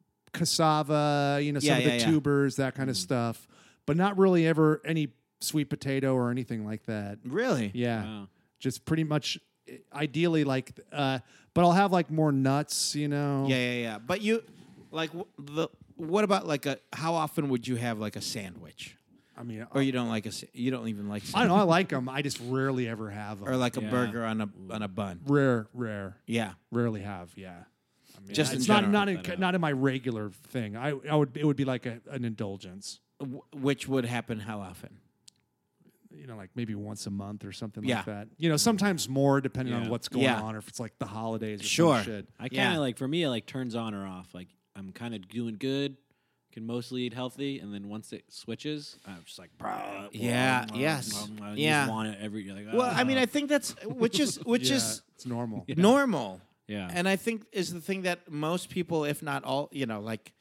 S3: cassava, you know, some
S2: Yeah,
S3: of
S2: yeah, Mm.
S3: the
S2: yeah.
S3: tubers, that kind of stuff, but not really ever any sweet potato or anything like that.
S2: Really?
S3: Yeah.
S4: Wow.
S3: Just pretty much i- ideally like, uh, but I'll have like more nuts, you know?
S2: Yeah, yeah, yeah. But you, like, wh- the what about like a? How often would you have like a sandwich?
S3: I mean,
S2: Or you don't like a? sa- You don't even like.
S3: I don't know. I like them. I just rarely ever have them.
S2: Or like a
S4: Yeah.
S2: burger on a on a bun.
S3: rare, rare.
S2: Yeah.
S3: Rarely have, yeah. I mean,
S2: Just in
S3: it's not
S2: general,
S3: not
S4: cut that
S3: in,
S4: out.
S3: not in my regular thing. I I would it would be like a, an indulgence,
S2: W- which would happen how often?
S3: you know, like maybe once a month or something
S2: Yeah.
S3: like that. You know, sometimes more depending on
S4: Yeah.
S3: what's going
S2: Yeah.
S3: on or if it's like the holidays. Or some
S2: Sure.
S3: shit.
S4: I kind of
S2: Yeah.
S4: like for me, it like turns on or off. Like I'm kind of doing good, can mostly eat healthy, and then once it switches, I'm just like, "Bruh,
S2: Yeah,
S4: blah,
S2: yes,
S4: blah, blah," you
S2: yeah.
S4: just want it every. You're like,
S2: Well, I mean,
S4: "Ah."
S2: I think that's which is which
S3: Yeah,
S2: is
S3: it's normal.
S2: normal,
S4: yeah,
S2: and I think is the thing that most people, if not all, you know, like,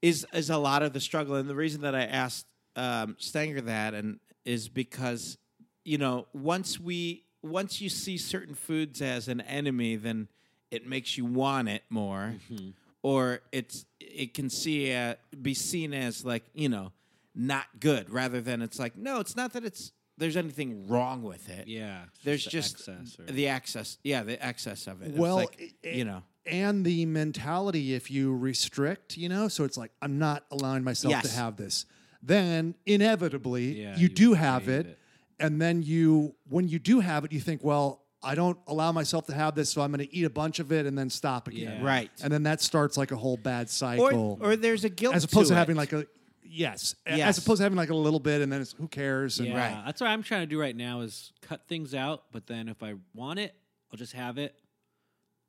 S2: is is a lot of the struggle. And the reason that I asked um, Stanger that and is because you know once we once you see certain foods as an enemy, then it makes you want it more,
S4: Mm-hmm.
S2: or it's it can see uh, be seen as like you know not good rather than it's like no, it's not that it's there's anything wrong with it
S4: yeah. it's
S2: there's
S4: the
S2: just
S4: excess or-
S2: the access yeah the access of it It's
S3: Well,
S2: like,
S3: it- it-
S2: you know
S3: and the mentality if you restrict, you know, so it's like I'm not allowing myself to
S2: Yes.
S3: have this. Then inevitably
S4: Yeah,
S3: you,
S4: you
S3: do have
S4: crave
S3: it,
S4: it.
S3: and then you when you do have it, you think, well, I don't allow myself to have this, so I'm going to eat a bunch of it and then stop again.
S4: Yeah.
S2: Right.
S3: And then that starts like a whole bad
S2: or,
S3: cycle.
S2: or there's a guilt
S3: as opposed to,
S2: it.
S3: having like a yes, a-
S2: Yes.
S3: as opposed to having like a little bit and then it's who cares and
S4: Yeah,
S2: Right.
S4: that's what I'm trying to do right now is cut things out, but then if I want it, I'll just have it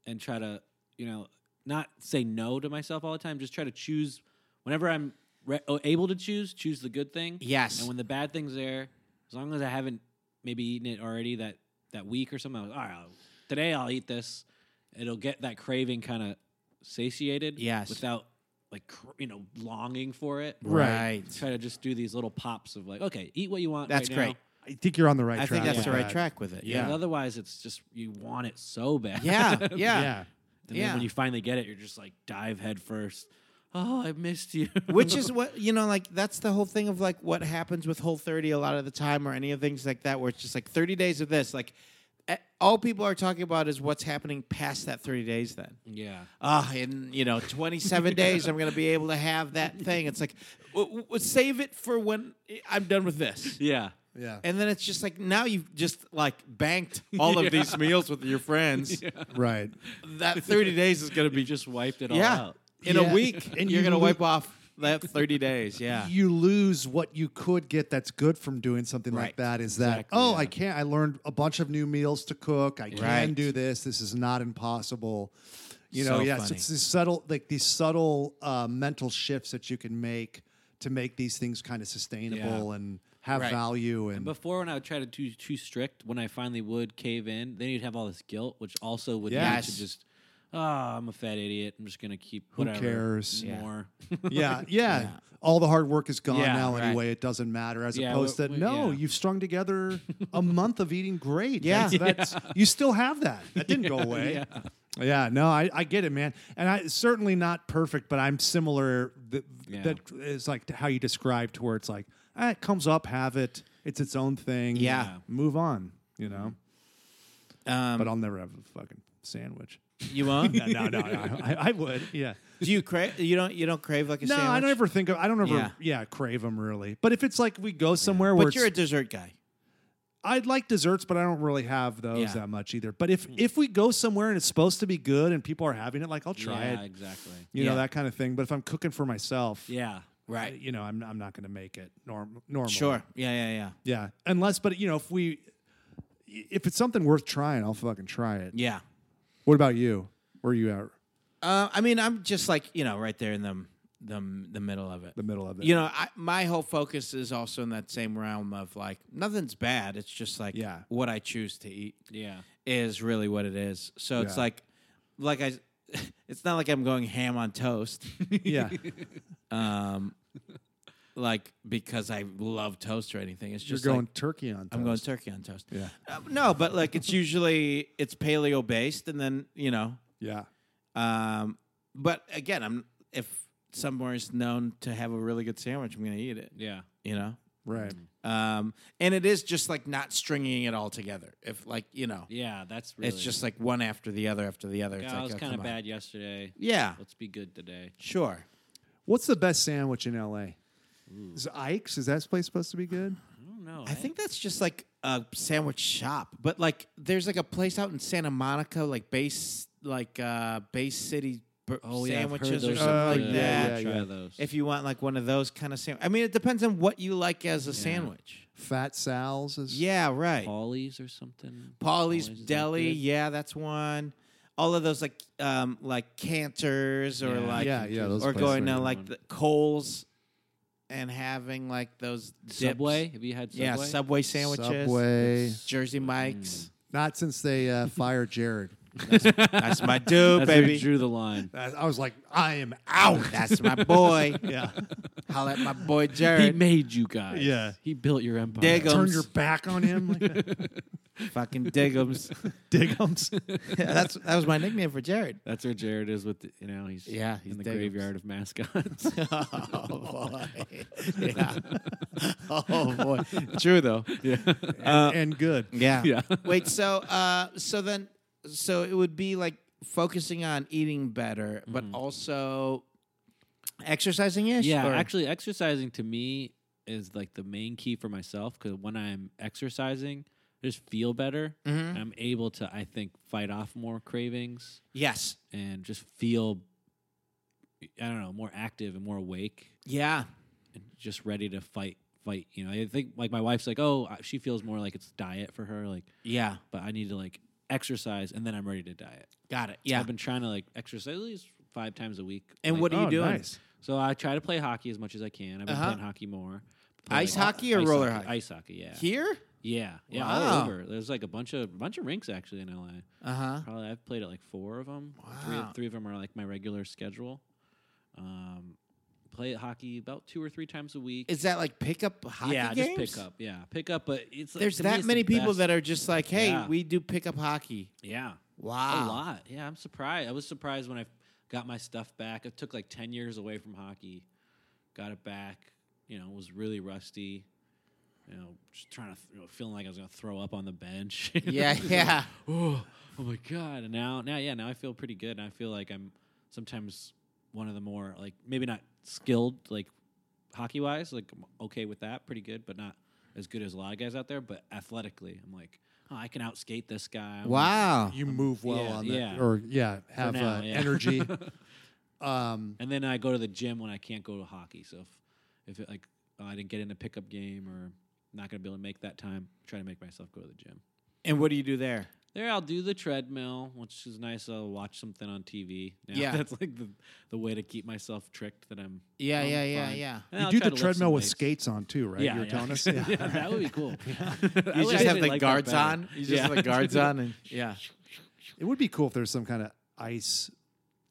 S4: and try to, you know, not say no to myself all the time, just try to choose whenever I'm re- oh, able to choose, choose the good thing.
S2: Yes.
S4: And when the bad thing's there, as long as I haven't maybe eaten it already that that week or something, I'll, all right, I'll- today I'll eat this. It'll get that craving kind of satiated
S2: Yes.
S4: without like cr- you know longing for it
S2: right
S4: try to just do these little pops of like, okay, eat what you want.
S2: That's
S4: right
S2: great.
S4: Now.
S3: I think you're on the right
S2: i
S3: track.
S2: think that's
S3: with
S2: the right
S3: that.
S2: track with it
S4: Yeah.
S2: yeah
S4: Otherwise, it's just you want it so bad.
S2: yeah yeah
S3: Yeah.
S2: yeah,
S4: and
S2: yeah.
S4: then when you finally get it, you're just like dive head first. oh, I missed you.
S2: Which is what you know, like that's the whole thing of like what happens with Whole 30 a lot of the time, or any of things like that, where it's just like 30 days of this. Like eh, all people are talking about is what's happening past that 30 days. Then,
S4: yeah.
S2: ah, in you know 27 days, I'm gonna be able to have that thing. It's like w- w- save it for when I'm done with this.
S4: Yeah.
S3: Yeah.
S2: And then it's just like now you've just like banked all of these meals with your friends.
S3: right.
S2: That 30 days is gonna be
S4: You just wiped it all
S2: yeah.
S4: out.
S2: In
S3: Yeah.
S2: a week,
S3: And
S2: and you're
S3: you
S2: gonna
S3: lo-
S2: wipe off that 30 days. Yeah.
S3: You lose what you could get that's good from doing something like
S2: Right.
S3: that is that,
S4: Exactly,
S3: oh,
S4: yeah.
S3: I can't, I learned a bunch of new meals to cook. I can
S2: Right.
S3: do this. This is not impossible. You know,
S2: So
S3: yes,
S2: funny.
S3: it's these subtle, like these subtle uh, mental shifts that you can make to make these things kind of sustainable and have
S2: Right.
S3: value. And,
S4: Before, when I would try to too too strict, when I finally would cave in, then you'd have all this guilt, which also would lead
S2: Yes.
S4: to just, oh, I'm a fat idiot. I'm just gonna keep whatever
S3: cares? Yeah.
S4: more.
S3: yeah, yeah, All the hard work is gone
S2: Yeah,
S3: now
S2: right.
S3: anyway. It doesn't matter. As
S4: Yeah,
S3: opposed
S4: we-
S3: to
S4: we-
S3: no,
S4: yeah.
S3: you've strung together a month of eating great.
S2: Yeah.
S3: That's- that's- you still have that. That didn't go away. Yeah. no, I, I get it, man, and I certainly not perfect, but I'm similar. That,
S4: Yeah.
S3: that is like how you describe to where it's like ah, it comes up, have it. It's its own thing.
S2: Yeah. Yeah.
S3: move on. You know,
S2: Um,
S3: but I'll never have a fucking sandwich.
S2: you won't?
S3: No, no, no, no, I, I would. Yeah.
S2: Do you crave? You don't. You don't crave like a
S3: No,
S2: sandwich.
S3: I don't ever think of. I don't ever. Yeah.
S2: Yeah.
S3: crave them really. But if it's like we go somewhere where
S2: But
S3: it's-
S2: you're a dessert guy.
S3: I'd like desserts, but I don't really have those
S2: Yeah. Hmm.
S3: that much either. But if if we go somewhere and it's supposed to be good and people are having it, like I'll try
S4: yeah,
S3: it,
S4: exactly.
S3: you know
S2: Yeah.
S3: that kind of thing. But if I'm cooking for myself,
S4: Yeah.
S3: I- you know I'm I'm not going to make it norm normal.
S2: Sure. Yeah. Yeah. Yeah.
S3: yeah, unless but you know if we if it's something worth trying, I'll fucking try it.
S2: Yeah.
S3: What about you? Where are you at?
S2: Uh, I mean, I'm just like you know, right there in the the the middle of it.
S3: The middle of it.
S2: You know, I, my whole focus is also in that same realm of like nothing's bad. It's just like
S3: Yeah.
S2: what I choose to eat
S4: Yeah.
S2: is really what it is. So it's
S3: Yeah.
S2: like, like I, it's not like I'm going ham on toast.
S3: yeah,
S2: Um, like because I love toast or anything. It's
S3: you're
S2: just
S3: going
S2: like,
S3: turkey on. Toast.
S2: I'm going turkey on toast.
S3: Yeah.
S2: Uh, no, but like it's usually it's paleo based, and then you know.
S3: Yeah,
S2: Um, but again, I'm if somewhere is known to have a really good sandwich, I'm gonna eat it.
S4: Yeah.
S2: You know.
S3: right.
S2: Um, and it is just like not stringing it all together. If like you know,
S4: Yeah. That's really.
S2: it's just like one after the other after the other.
S4: Yeah,
S2: It's
S4: I
S2: like,
S4: was
S2: oh,
S4: kind
S2: come
S4: of
S2: on.
S4: bad yesterday.
S2: Yeah.
S4: Let's be good today.
S2: Sure.
S3: What's the best sandwich in L.A.? Is Ike's? Is that place supposed to be good?
S4: I don't know.
S2: I think that's just like a sandwich shop, but like there's like a place out in Santa Monica, like base like uh base city bur-
S4: oh, yeah, I've heard
S2: sandwiches or
S4: those
S2: something
S4: are
S2: like
S3: good.
S2: that.
S3: Yeah, yeah,
S4: Try
S3: yeah.
S4: those.
S2: If you want like one of those kind of sandwich, I mean, it depends on what you like as a sandwich.
S3: Fat Sal's is
S2: Yeah, right.
S4: Polly's or something.
S2: Polly's
S4: is that
S2: Deli,
S4: good?
S2: yeah, that's one. All of those like um like Cantors or
S4: Yeah.
S2: like
S3: yeah, yeah, those
S2: or
S3: places
S2: going
S3: are
S2: to
S3: good.
S2: like the Coles and having like those dips.
S4: Subway. Have you had Subway? Mm.
S2: yeah, Subway sandwiches,
S3: Subway.
S2: Jersey Mike's.
S3: Not since they uh, fired Jared.
S2: That's my dude,
S4: That's where you
S2: baby.
S4: drew the line.
S3: I I was like, I am out.
S2: That's my boy.
S3: yeah.
S2: Holla at my boy
S4: He
S2: Jared.
S4: made you guys.
S3: Yeah.
S4: He built your empire.
S2: Dago.
S3: Turn your back on him like that.
S2: Fucking Diggums.
S3: Digums.
S2: That's that was my nickname for Jared.
S4: That's where Jared is with, the, you know, he's
S2: Yeah, he's
S4: in the
S2: Dago.
S4: graveyard of mascots.
S2: oh boy. Yeah. Oh boy. True though.
S4: yeah.
S3: and good.
S2: Yeah.
S4: Uh, Yeah.
S2: Wait, so uh so then so it would be like focusing on eating better, but also exercising ish?
S4: Mm-hmm. Yeah. Actually, exercising to me is like the main key for myself because when I'm exercising, I just feel better.
S2: Mhm.
S4: I'm able to, I think, fight off more cravings
S2: Yes.
S4: and just feel, I don't know, more active and more awake.
S2: Yeah.
S4: and just ready to fight fight you know i think like my wife's like oh uh, she feels more like it's diet for her like
S2: Yeah.
S4: but i need to like exercise and then i'm ready to diet
S2: Got it. Yeah.
S4: i've been trying to like exercise at least five times a week
S2: and
S4: Like,
S2: what are you
S3: oh,
S2: doing?
S3: nice.
S4: so i try to play hockey as much as i can i've been
S2: Uh-huh.
S4: playing hockey more
S2: Ice hockey or
S4: ice
S2: roller hockey?
S4: ice hockey yeah
S2: Here?
S4: yeah yeah all
S2: Wow.
S4: over there's like a bunch of bunch of rinks actually in la
S2: Uh huh.
S4: Probably I've played at like four of them. Three,
S2: Wow.
S4: three of them are like my regular schedule. Um, play hockey about two or three times a week.
S2: Is that like pickup hockey?
S4: yeah,
S2: games?
S4: just pick up. Yeah, pick up. But it's like,
S2: There's
S4: to me,
S2: that
S4: it's
S2: many
S4: the
S2: people
S4: best.
S2: that are just like, hey,
S4: Yeah.
S2: we do pickup hockey.
S4: yeah,
S2: Wow.
S4: a lot. Yeah, I'm surprised. I was surprised when I Got my stuff back. I took like ten years away from hockey. Got it back. You know, was really rusty. You know, just trying to you know, feeling like I was gonna throw up on the bench. you know?
S2: Yeah, yeah.
S4: oh, oh my god! And now, now, yeah, now I feel pretty good. And I feel like I'm sometimes one of the more like maybe not skilled like hockey wise, like I'm okay with that, pretty good, but not as good as a lot of guys out there. But athletically, I'm like, oh, I can outskate this guy. I'm
S2: Wow.
S3: You move well
S4: yeah,
S3: on that,
S4: yeah.
S3: or yeah, have
S4: now,
S3: uh,
S4: yeah.
S3: energy. um,
S4: And then I go to the gym when I can't go to hockey. So if, if it, like oh, I didn't get in a pickup game or not going to be able to make that time, try to make myself go to the gym.
S2: And what do you do there?
S4: There, I'll do the treadmill, which is nice. I'll watch something on TV. Now,
S2: Yeah.
S4: that's like the, the way to keep myself tricked that I'm.
S2: Yeah,
S4: I'm
S2: yeah, yeah,
S4: fine.
S2: yeah.
S4: And
S3: you
S4: I'll
S3: do
S4: try
S3: the
S4: to lift
S3: treadmill
S4: some
S3: with
S4: weights.
S3: skates on too, right?
S4: Yeah,
S3: you were
S4: yeah.
S3: telling us.
S4: Yeah, that would be cool.
S2: You
S4: You
S2: just have the guards on. You just have the guards on, and yeah,
S3: It would be cool if there's some kind of ice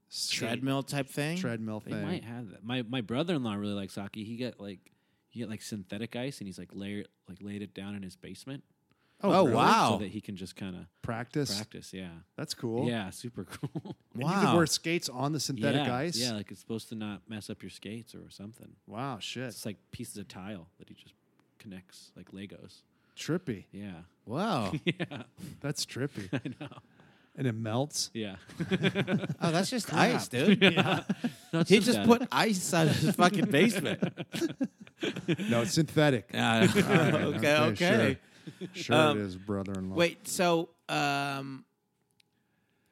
S3: skate
S2: treadmill type thing.
S3: treadmill
S4: They
S3: thing.
S4: might have that. My my brother in law really likes hockey. He got like he got like synthetic ice, and he's like layer like laid it down in his basement
S3: Oh,
S2: Oh,
S3: really?
S2: wow.
S4: so that he can just kind of
S3: Practice.
S4: practice. Yeah,
S3: That's cool.
S4: yeah, super cool.
S3: And You could
S2: Wow.
S3: wear skates on the synthetic
S4: yeah,
S3: ice.
S4: Yeah, like it's supposed to not mess up your skates or something.
S3: Wow, shit.
S4: It's like pieces of tile that he just connects like Legos.
S3: Trippy.
S4: Yeah,
S2: Whoa.
S4: yeah,
S3: That's trippy.
S4: I know.
S3: and it melts.
S4: Yeah,
S2: Oh, that's just ice, dude. He just put ice out of his fucking basement.
S3: No, it's synthetic.
S2: Yeah.
S3: All right,
S2: okay, okay.
S3: Sure, Sure
S2: Um,
S3: it is, brother-in-law.
S2: Wait, so um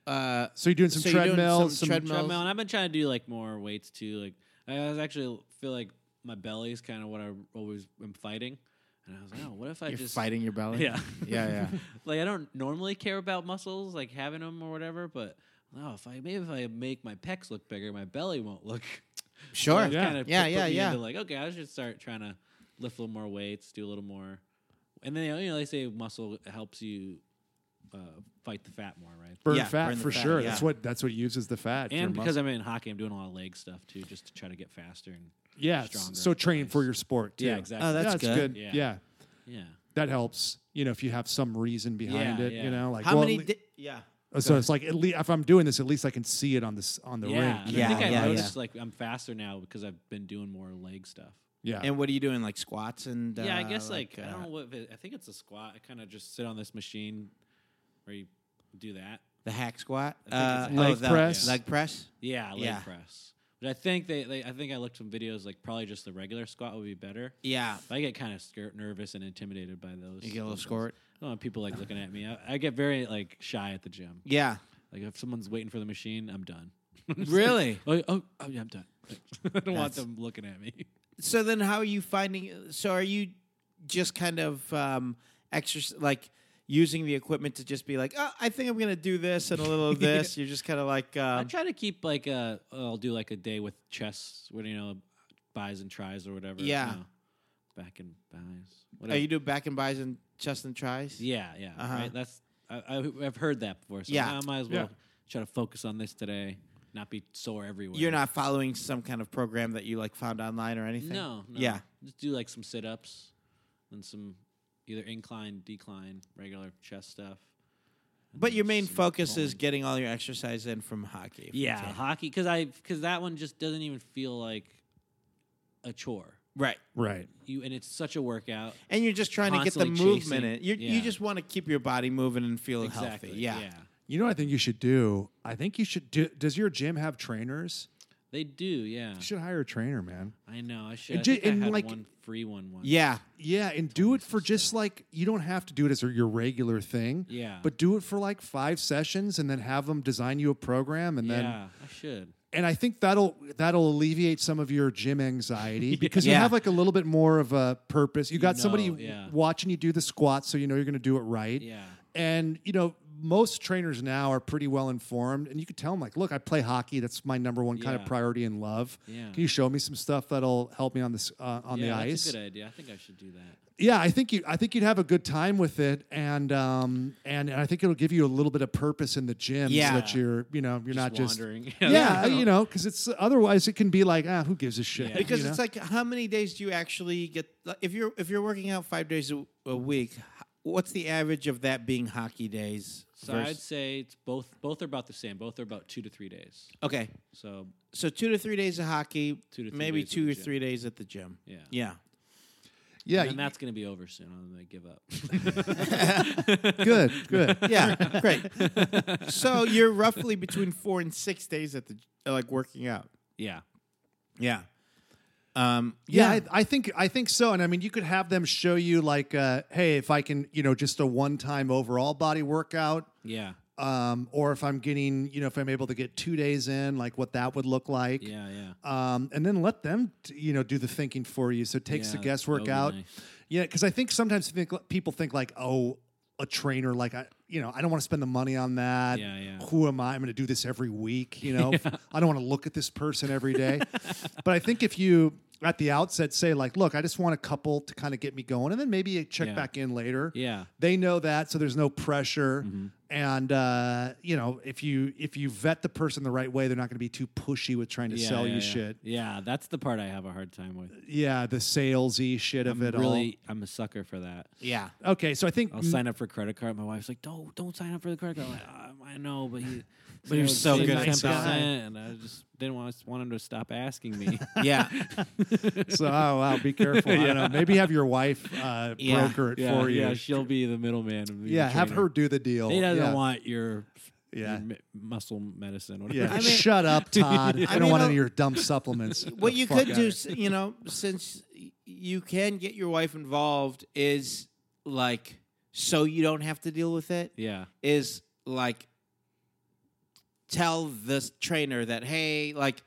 S2: uh
S3: So you're doing some
S2: so you're doing
S3: treadmills,
S2: some
S3: some,
S2: treadmill-
S4: treadmill, and I've been trying to do like more weights too. Like I was actually feel like my belly is kind of what I always am fighting, and I was like, oh, what if I
S2: you're
S4: just
S2: fighting your belly?
S4: Yeah.
S2: Yeah, yeah.
S4: like I don't normally care about muscles, like having them or whatever, but oh, if I maybe if I make my pecs look bigger, my belly won't look.
S2: Sure.
S4: That
S3: Yeah.
S4: kinda
S2: Yeah,
S4: put-
S2: yeah,
S4: put me
S2: yeah.
S4: into, like okay, I should start trying to lift a little more weights, do a little more, and then you know they say muscle helps you uh, fight the fat more, right?
S3: burn
S2: Yeah,
S3: fat
S2: burn the
S3: for
S2: fat,
S3: sure.
S2: yeah.
S3: That's what that's what uses the fat. your
S4: And because
S3: muscle-
S4: I'm in hockey, I'm doing a lot of leg stuff too, just to try to get faster and
S3: yeah, s-
S4: stronger
S3: so
S4: on the
S3: train for
S4: ice.
S3: your sport too.
S4: yeah, exactly.
S2: Oh, that's
S3: that's
S2: good.
S3: good.
S4: Yeah.
S3: Yeah.
S4: yeah.
S3: that helps. You know, if you have some reason behind
S4: Yeah,
S3: it,
S4: yeah.
S3: you know, like
S2: How
S3: well,
S2: many
S3: at
S2: di- yeah.
S3: lea- so it's like at least if I'm doing this, at least I can see it on this on the
S4: yeah,
S3: rink.
S4: and I think
S2: Yeah,
S4: I
S2: yeah,
S4: noticed like I'm faster now because I've been doing more leg stuff.
S3: Yeah,
S2: And what are you doing like squats and
S4: Yeah, I
S2: uh,
S4: guess like, I don't
S2: uh,
S4: know what if it, I think it's a squat. I kind of just sit on this machine where you do that.
S2: the hack squat?
S4: I think it's
S2: Uh,
S4: a-
S3: Leg
S2: the
S3: press.
S2: Leg press?
S4: Yeah, leg
S2: Yeah.
S4: press. But I think they, they I think I looked some videos like probably just the regular squat would be better.
S2: Yeah.
S4: But I get kind of scared, nervous and intimidated by those.
S2: You get a little
S4: those.
S2: squirt.
S4: I don't want people like looking at me. I, I get very like shy at the gym.
S2: Yeah.
S4: Like if someone's waiting for the machine, I'm done.
S2: Really?
S4: Oh, oh, oh yeah, I'm done. I don't want
S2: That's-
S4: them looking at me.
S2: so then how are you finding so are you just kind of um exercise like using the equipment to just be like oh, i think i'm gonna do this and a little of this you're just kind of like
S4: I
S2: um,
S4: try to keep like a. I'll do like a day with chess, where you know, buys and tries or whatever. you
S2: Yeah.
S4: know. back and buys.
S2: are
S4: Whatever.
S2: you do back and buys and chest and tries
S4: yeah, yeah.
S2: Uh-huh.
S4: Right. That's I, I, I've heard that before. So
S2: Yeah.
S4: I might as
S3: Yeah.
S4: well try to focus on this today, not be sore everywhere.
S2: you're not following some kind of program that you like found online or anything
S4: No, no.
S2: yeah
S4: Just do like some sit ups, and some either incline, decline, regular chest stuff. and
S2: but
S4: then
S2: your main
S4: some
S2: focus is
S4: pulling.
S2: getting all your exercise in from hockey if you
S4: yeah
S2: can.
S4: hockey because I because that one just doesn't even feel like a chore.
S2: right
S3: right.
S4: You and it's such a workout.
S2: and you're just trying to get the
S4: Constantly
S2: movement
S4: chasing-
S2: in you
S4: yeah.
S2: you just want to keep your body moving and feeling
S4: Exactly.
S2: healthy yeah.
S3: You know what I think you should do? I think you should do. Does your gym have trainers?
S4: They do, yeah.
S3: You should hire a trainer, man.
S4: I know. I should.
S3: And
S4: I
S3: ju-
S4: think I
S3: and,
S4: had
S3: like-
S4: one free one once.
S2: yeah
S3: Yeah, and do it for just like you don't have to do it as your regular thing.
S4: Yeah.
S3: But do it for like five sessions and then have them design you a program and then
S4: yeah, I should.
S3: and I think that'll that'll alleviate some of your gym anxiety because you
S2: Yeah.
S3: have like a little bit more of a purpose. You got somebody
S4: know, yeah.
S3: watching you do the squats so you know you're going to do it right.
S4: Yeah.
S3: And you know, most trainers now are pretty well informed and you could tell them like, "Look, I play hockey. That's my number one kind
S4: Yeah.
S3: of priority and love.
S4: Yeah.
S3: Can you show me some stuff that'll help me on this uh, on
S4: yeah,
S3: the
S4: that's
S3: ice?"
S4: a good idea. I think I should do that.
S3: yeah, I think you I think you'd have a good time with it and um and, and I think it'll give you a little bit of purpose in the gym
S2: Yeah.
S3: so that you're you know, you're not just
S4: wandering.
S3: yeah, you know, because it's otherwise it can be like, ah, who gives a shit?
S4: Yeah.
S2: because
S3: you know?
S2: it's like how many days do you actually get like, if you're if you're working out five days a, a week h- what's the average of that being hockey days?
S4: So I'd
S2: versus-
S4: say it's both. Both are about the same. Both are about two to three days.
S2: okay,
S4: So
S2: so two to three days of hockey,
S4: Two to three
S2: maybe
S4: days at
S2: two
S4: the
S2: or
S4: gym.
S2: three days at the gym.
S4: yeah,
S2: Yeah,
S3: Yeah,
S4: and
S3: y-
S4: that's gonna be over soon. I'm gonna give up.
S3: good, good.
S2: yeah, great. So you're roughly between four and six days at the like working out.
S4: yeah,
S2: Yeah. Um,
S3: Yeah, I, I think I think so. And I mean, you could have them show you like, uh, hey, if I can, you know, just a one-time overall body workout,
S4: yeah,
S3: um, or if I'm getting, you know, if I'm able to get two days in, like what that would look like.
S4: yeah, yeah.
S3: Um, and then let them, t- you know, do the thinking for you. So it takes
S4: Yeah,
S3: the
S4: that
S3: guesswork
S4: would be
S3: out.
S4: nice.
S3: Yeah, because I think sometimes think, people think like, oh, a trainer, like I, you know, I don't want to spend the money on that.
S4: Yeah, yeah.
S3: Who am I? I'm going to do this every week. You know, I don't want to look at this person every day. but I think if you at the outset say like, look, I just want a couple to kind of get me going, and then maybe you check
S4: Yeah.
S3: back in later.
S4: Yeah,
S3: They know that, so there's no pressure.
S4: Mm-hmm.
S3: And uh, you know, if you if you vet the person the right way, they're not going to be too pushy with trying to
S4: yeah,
S3: sell
S4: yeah,
S3: you
S4: yeah.
S3: shit.
S4: Yeah, that's the part I have a hard time with.
S3: Yeah, the salesy shit of it all. Mm.
S4: really, I'm a sucker for that.
S2: yeah.
S3: Okay, so I think
S4: I'll sign up for credit card. My wife's like, "Don't, don't sign up for the credit card." I'm like, "Um, I know, but he, but
S2: you're so good at
S3: selling.
S4: and I just didn't want want him to stop asking me.
S2: Yeah.
S3: So, oh wow, be careful. I don't know. Maybe have your wife uh,
S2: Yeah.
S3: broker it
S4: yeah,
S3: for you.
S4: yeah, she'll be the middleman. and be the
S3: Yeah, have
S4: trainer.
S3: her do the deal.
S4: He doesn't
S3: Oh, yeah.
S4: want your,
S3: Yeah.
S4: your mi- muscle medicine. Whatever.
S3: Yeah,
S2: I mean-
S3: shut up, Todd. I, don't
S2: mean,
S3: want
S2: I'll-
S3: any of your dumb supplements.
S2: what
S3: The
S2: you
S3: fuck
S2: could
S3: out
S2: do,
S3: of
S2: s- you know, since y- you can get your wife involved, is like so you don't have to deal with it.
S4: yeah,
S2: Is like tell this trainer that hey, like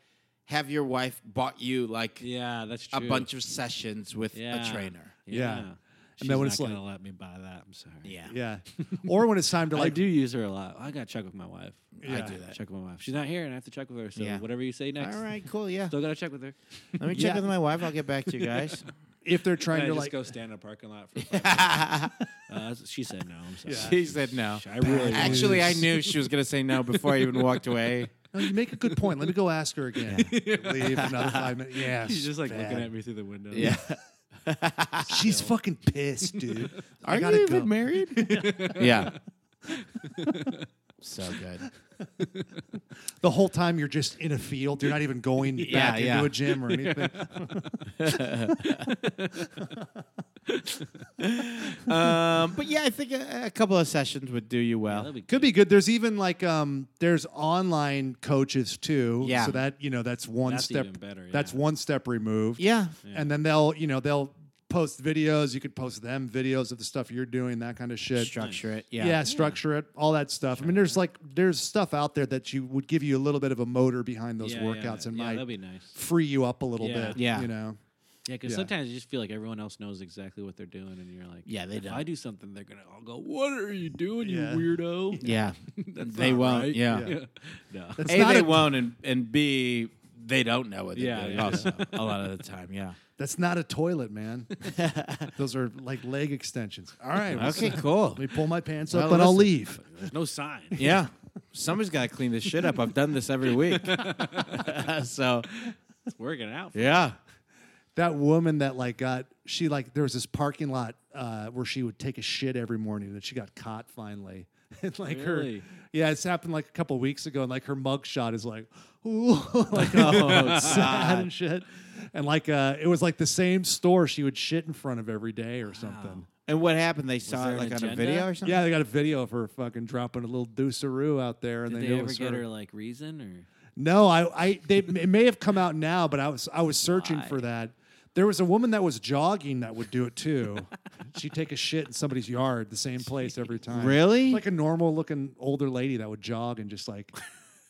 S2: have your wife bought you like
S4: yeah, that's
S2: a
S4: true.
S2: bunch of sessions with
S4: Yeah.
S2: a trainer.
S3: Yeah.
S4: yeah.
S3: And
S4: She's
S3: then when
S4: not
S3: it's like-
S4: gonna let me buy that. I'm sorry.
S2: Yeah.
S3: Yeah, or when it's time to
S4: I
S3: like,
S4: do use her a lot. I got to check with my wife.
S3: Yeah.
S2: I do that.
S4: Check with my wife. She's not here, and I have to check with her. So
S2: Yeah.
S4: whatever you say next,
S2: All right, cool. Yeah.
S4: still got to check with her.
S2: Let me check
S3: Yeah.
S2: with my wife. I'll get back to you guys.
S3: if they're trying
S4: And I
S3: to
S4: just
S3: like,
S4: go stand in a parking lot for. Five minutes. uh, she said no. I'm sorry.
S3: Yeah.
S2: she said no.
S4: I really
S2: Actually, I knew she was going to say no before I even walked away.
S3: no, you make a good point. Let me go ask her again. Leave another five minutes. Yeah,
S4: She's just like
S3: bad.
S4: looking at me through the window.
S2: Yeah.
S3: She's fucking pissed, dude. I
S2: Are
S3: gotta
S2: you
S3: go.
S2: even married? yeah. so good.
S3: The whole time you're just in a field. You're not even going
S2: Yeah,
S3: back
S2: yeah.
S3: into a gym or anything.
S2: Um, but yeah, I think a, a couple of sessions would do you well.
S4: That'd be
S3: Could
S4: good.
S3: be good. There's even like um there's online coaches too.
S2: Yeah.
S3: So that you know that's one
S4: That's
S3: step
S4: even better,
S3: That's
S4: yeah.
S3: one step removed.
S2: yeah.
S3: And then they'll you know they'll post videos. You could post them videos of the stuff you're doing, that kind of shit.
S2: Structure it.
S3: yeah. structure it, all that stuff. I mean, there's like there's stuff out there that you would give you a little bit of a motor behind those
S4: Yeah, yeah,
S3: workouts and
S4: yeah,
S3: might
S4: that'd be nice.
S3: free you up a little
S4: Yeah.
S3: bit.
S2: Yeah.
S3: You know.
S4: Yeah, because
S3: Yeah.
S4: sometimes you just feel like everyone else knows exactly what they're doing, and you're like,
S2: Yeah, they
S4: if
S2: don't.
S4: I do something, they're gonna all go, "What are you doing,
S3: Yeah.
S4: you weirdo?"
S2: Yeah.
S4: That's
S2: They
S4: not
S2: won't,
S4: right.
S2: yeah.
S3: Yeah.
S4: no.
S3: That's
S2: A,
S3: not
S2: they
S3: a,
S2: won't, and, and B, they don't know what they're
S4: Yeah,
S2: doing
S4: yeah.
S2: also a lot of the time. Yeah.
S3: that's not a toilet, man. Those are like leg extensions. All right. well,
S2: Okay,
S3: so-
S2: cool.
S3: Let me pull my pants
S2: Well,
S3: up and I'll
S2: listen.
S3: leave.
S4: There's no sign.
S2: Yeah. Somebody's got to clean this shit up. I've done this every week. so,
S4: It's working out.
S2: yeah.
S3: that woman that like got she like there was this parking lot uh, where she would take a shit every morning and she got caught finally and like
S4: Really?
S3: her yeah it's happened like a couple weeks ago and like her mugshot is like ooh
S4: Oh,
S3: like sad and shit and like uh, it was like the same store she would shit in front of every day or something
S2: And what happened? They saw it
S4: there an
S2: like on a
S4: agenda?
S2: video or something?
S3: yeah they got a video of her fucking dropping a little deuceroo out there and
S4: Did
S3: they,
S4: they,
S3: knew it
S4: ever
S3: was
S4: get
S3: her.
S4: her like reason or?
S3: No, I, I, they, it may have come out now, but I was, I was searching for that. There was a woman that was jogging that would do it too. She'd take a shit in somebody's yard, the same place every time.
S2: Really?
S3: Like a normal looking older lady that would jog and just like,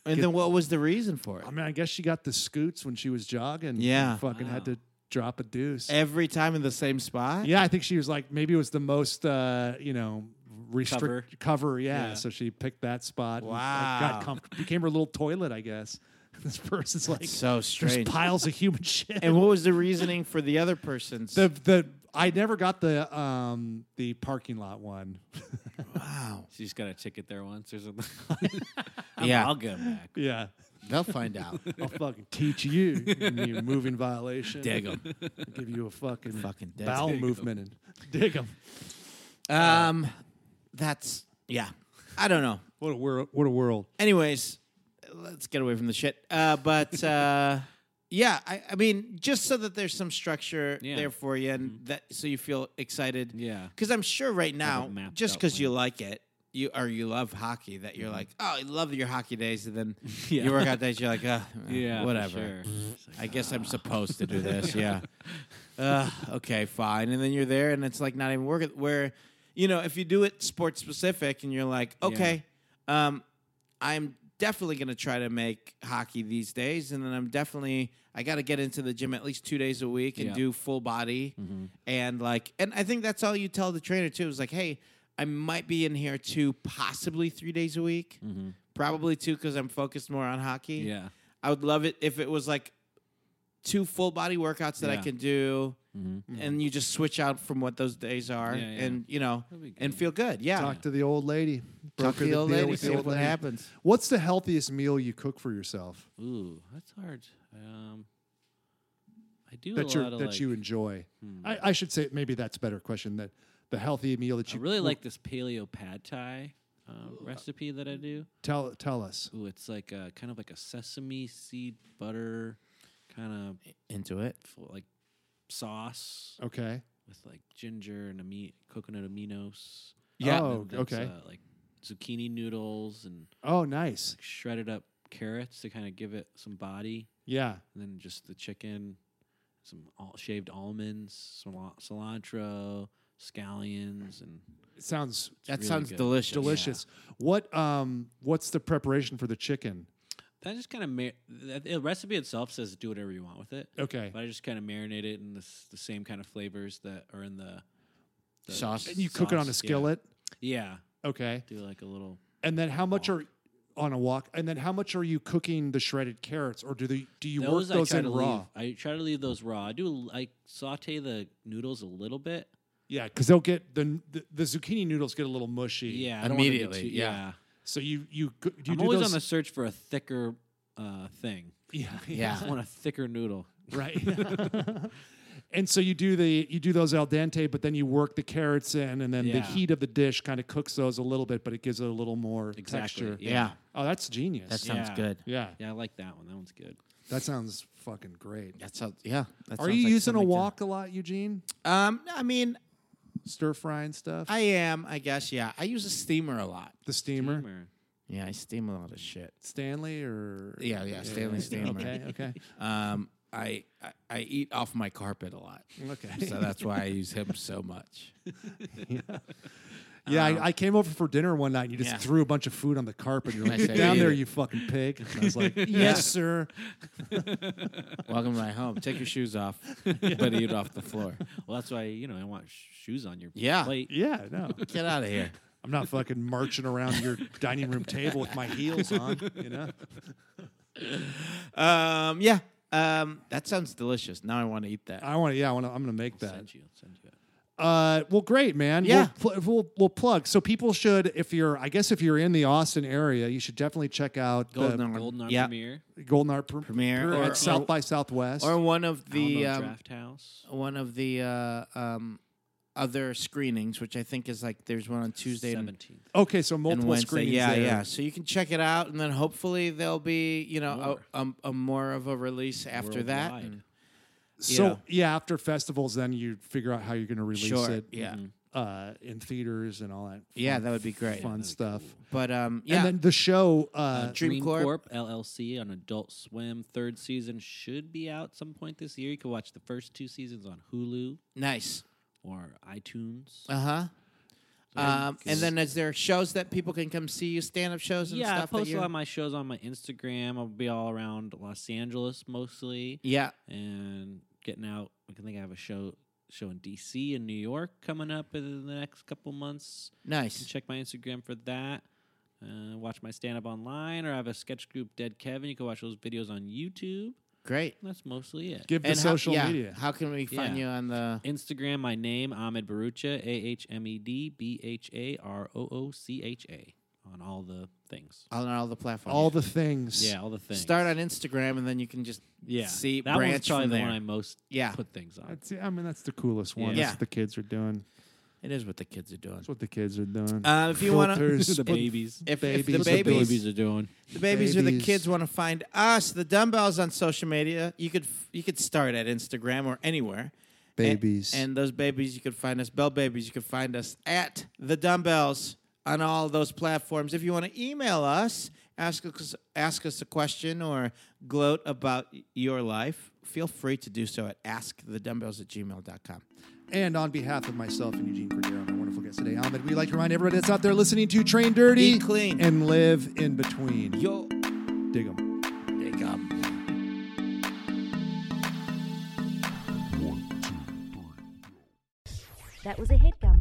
S2: and then what was the reason for it?
S3: I mean, I guess she got the scoots when she was jogging.
S2: Yeah.
S3: And fucking had to drop a deuce.
S2: Every time in the same spot?
S3: yeah, I think she was like, maybe it was the most, uh, you know, restrict
S4: Cover.
S3: cover. yeah.
S4: Yeah.
S3: So she picked that spot. and, like,
S2: Wow.
S3: got comfortable. Became her little toilet, I guess. This person's like,
S2: So
S3: there's
S2: strange.
S3: piles of human shit.
S2: and what was the reasoning for the other person's?
S3: The the I never got the um the parking lot one.
S2: wow.
S4: She just got a ticket there once or something.
S2: Yeah.
S4: I'll get 'em back.
S3: Yeah.
S2: They'll find out.
S3: I'll fucking teach you, you moving violation.
S2: Dig them.
S3: Give you a fucking
S2: Fucking dig
S3: bowel
S2: 'em.
S3: movement and dig them.
S2: Um, that's yeah. I don't know.
S3: What a world! What a world!
S2: Anyways, let's get away from the shit. Uh, but uh, yeah, I, I mean, just so that there's some structure
S4: Yeah. Mm-hmm.
S2: there for you, and that so you feel excited.
S4: Yeah.
S2: because I'm sure right now,
S4: mapped
S2: just
S4: out
S2: because you
S4: plan.
S2: like it. You or you love hockey that you're like oh I love your hockey days and then
S4: Yeah.
S2: your workout days you're like uh,
S4: Yeah, for
S2: whatever
S4: sure. It's like,
S2: I guess I'm supposed to do this. Yeah. uh, okay, fine. And then you're there, and it's like not even working. Where, you know, if you do it sports specific, and you're like, okay, um, I'm definitely gonna try to make hockey these days, and then I'm definitely I got to get into the gym at least two days a week and
S4: Yeah. Mm-hmm.
S2: do full body, and like, and I think that's all you tell the trainer too. Is like, hey, I might be in here two, possibly three days a week. Probably two because I'm focused more on hockey.
S4: Mm-hmm. yeah.
S2: I would love it if it was like two full body workouts that I
S4: Yeah.
S2: can do,
S3: Mm-hmm.
S2: and you just switch out from what those days are,
S4: Yeah, yeah.
S2: and you know,
S4: That'd be
S2: and
S4: good.
S2: feel good. Yeah,
S3: Talk to the old lady.
S2: Talk
S3: Broker
S2: to the old
S3: deal
S2: lady,
S3: with the
S2: see
S3: old
S2: what
S3: lady.
S2: happens.
S3: What's the healthiest meal you cook for yourself
S4: Ooh, that's hard. Um, I do
S3: that
S4: a
S3: you
S4: lot of
S3: that
S4: like,
S3: you enjoy? I, I should say maybe that's a better question. That the healthy meal that
S4: I
S3: you
S4: really like this paleo pad thai um, recipe that I do.
S3: Tell tell us.
S4: Ooh, it's like a, kind of like a sesame seed butter kind
S2: into it.
S4: of like sauce
S3: Okay.
S4: with like ginger and ami- coconut aminos.
S3: Yeah.
S4: And
S3: Oh,
S4: that's,
S3: okay.
S4: uh, like zucchini noodles and
S3: Oh, nice.
S4: shredded up carrots to kind of give it some body.
S3: Yeah.
S4: And then just the chicken, some al- shaved almonds, some al- cilantro, scallions, and
S3: It sounds
S4: it's
S2: That
S4: really
S2: sounds
S4: good.
S2: delicious.
S3: delicious. What um what's the preparation for the chicken?
S4: That just kind of mar- the the recipe itself says do whatever you want with it.
S3: Okay.
S4: But I just kind of marinate it in the, s- the same kind of flavors that are in the, the
S2: Sauce.
S3: And you cook it on
S4: sauce, yeah.
S3: a skillet.
S4: Yeah.
S3: Okay.
S4: do like a little.
S3: And then how
S4: Oh.
S3: much are on a wok? And then how much are you cooking the shredded carrots or do they do you
S4: those
S3: work those
S4: I try
S3: in
S4: to
S3: raw?
S4: leave. I try to leave those raw. I do. I saute the noodles a little bit.
S3: Yeah, cuz they'll get the, the the zucchini noodles get a little mushy.
S4: Yeah, I don't wanna get
S2: Immediately,
S4: too-
S2: yeah.
S3: So you you go- do you
S4: I'm
S3: do
S4: always
S3: those?
S4: on the search for a thicker uh, thing.
S3: Yeah.
S4: I just want a thicker noodle.
S3: right. and so you do the you do those al dente, but then you work the carrots in, and then the
S4: Yeah.
S3: heat of the dish kind of cooks those a little bit, but it gives it a little more
S4: Exactly.
S3: texture.
S4: Yeah.
S3: Oh, that's genius.
S2: that sounds
S4: Yeah.
S2: good.
S3: yeah,
S4: Yeah, I like that one. That one's good.
S3: that sounds fucking great.
S2: That sounds yeah. That
S3: Are
S2: sounds
S3: you
S2: like
S3: using a
S2: something to-
S3: wok a lot, Eugene?
S2: Um, I mean,
S3: Stir frying stuff.
S2: I am. I guess yeah. I use a steamer a lot.
S3: the steamer,
S4: Steamer.
S2: Yeah, I steam a lot of shit.
S3: Stanley, or
S2: Yeah, yeah, Stanley steamer.
S3: Okay, okay,
S2: Um, I, I I eat off my carpet a lot,
S3: okay.
S2: so that's why I use him so much.
S3: yeah, I, I came over for dinner one night, and you just
S2: Yeah.
S3: threw a bunch of food on the carpet. You're like,
S2: I
S3: "Get
S2: said,
S3: down
S2: "Eat
S3: there,
S2: it."
S3: you fucking pig!" And I was like, "Yes, sir."
S2: Welcome to my home. Take your shoes off, but eat off the floor.
S4: Well, that's why you know I want shoes on your
S2: Yeah.
S4: plate.
S3: Yeah, no.
S2: Get out of here.
S3: I'm not fucking marching around your dining room table with my heels on, you know?
S2: Um, yeah. Um, that sounds delicious. Now I want to eat
S4: Uh,
S2: that.
S3: I want to, yeah, I want to, I'm going to make
S4: I'll
S3: that.
S4: Send you. I'll Send you. it.
S3: Uh, well, great, man.
S2: Yeah.
S3: We'll, pl- we'll, we'll plug. So people should, if you're, I guess if you're in the Austin area, you should definitely check out
S2: Golden
S3: the
S2: Arm.
S4: Golden Arm
S2: yeah.
S4: Premier.
S3: Golden Art Pr-
S2: Premiere
S3: Pr-
S2: or-
S3: at South
S2: or-
S3: by Southwest.
S2: Or one of the
S4: The
S2: um,
S4: Draft House.
S2: one of the uh, um, other screenings, which I think is like there's one on Tuesday and,
S4: seventeenth.
S3: okay, so
S2: and
S3: multiple
S2: Wednesday.
S3: screens.
S2: Yeah,
S3: there.
S2: yeah. So you can check it out, and then hopefully there'll be you know
S4: More.
S2: a, a, a more of a release after that.
S4: Worldwide.
S2: and-
S3: So
S2: Yeah.
S3: yeah, after festivals, then you figure out how you're going to release
S2: Sure.
S3: it.
S2: Yeah. Mm-hmm.
S3: Uh, in theaters and all that.
S2: Yeah,
S3: fun-
S2: that would be great.
S3: Fun stuff.
S2: But um, yeah.
S3: And then the show. Uh,
S2: Dream Corp.
S4: LLC on Adult Swim. Third season should be out some point this year. You can watch the first two seasons on Hulu
S2: nice.
S4: or iTunes.
S2: Uh
S3: Uh-huh.
S2: huh. Um, and then is there shows that people can come see you stand up shows and
S4: yeah, I
S2: stuff? that
S4: post a
S2: you're-
S4: lot of my shows on my Instagram. I'll be all around Los Angeles mostly,
S2: yeah.
S4: and getting out. I think I have a show show in DC and New York coming up in the next couple months. You can
S2: Nice.
S4: check my Instagram for that. Uh, watch my stand up online, or I have a sketch group, Dead Kevin. You can watch those videos on YouTube.
S2: Great.
S4: That's mostly it.
S3: give the
S2: and how-
S3: social
S2: yeah,
S3: media.
S2: How can we find
S4: Yeah.
S2: you on the?
S4: Instagram, my name, Ahmed Barucha, A H M E D B H A R O O C H A, on all the things.
S2: On all the platforms.
S3: all the things.
S4: Yeah, all the things.
S2: Start on Instagram and then you can just
S4: yeah.
S2: see
S4: that
S2: branch
S4: one's probably
S2: from
S4: the
S2: there.
S4: one I most
S2: Yeah.
S4: put things on.
S3: That's, I mean, that's the coolest one.
S4: Yeah.
S3: That's what the kids are doing.
S2: It is what the kids are doing.
S3: That's what the kids are doing.
S2: Uh, if you want to,
S3: Filters,
S4: the babies.
S2: if, if the
S3: babies.
S4: The
S2: babies,
S4: babies are doing.
S2: the babies or the
S3: babies.
S2: kids want to find us, the dumbbells on social media, you could f- you could start at Instagram or anywhere. A-
S3: Babies.
S2: and, those babies, you could find us. Bell babies, you could find us at the dumbbells on all those platforms. If you want to email us, ask us ask us a question or gloat about y- your life. Feel free to do so at askthedumbbells at gmail.com.
S3: And on behalf of myself and Eugene Cordero and our wonderful guest today, Ahmed, we'd like to remind everybody that's out there listening to Train Dirty
S2: Eat clean.
S3: and live in between.
S2: Yo.
S3: Dig 'em.
S1: That was a headgum.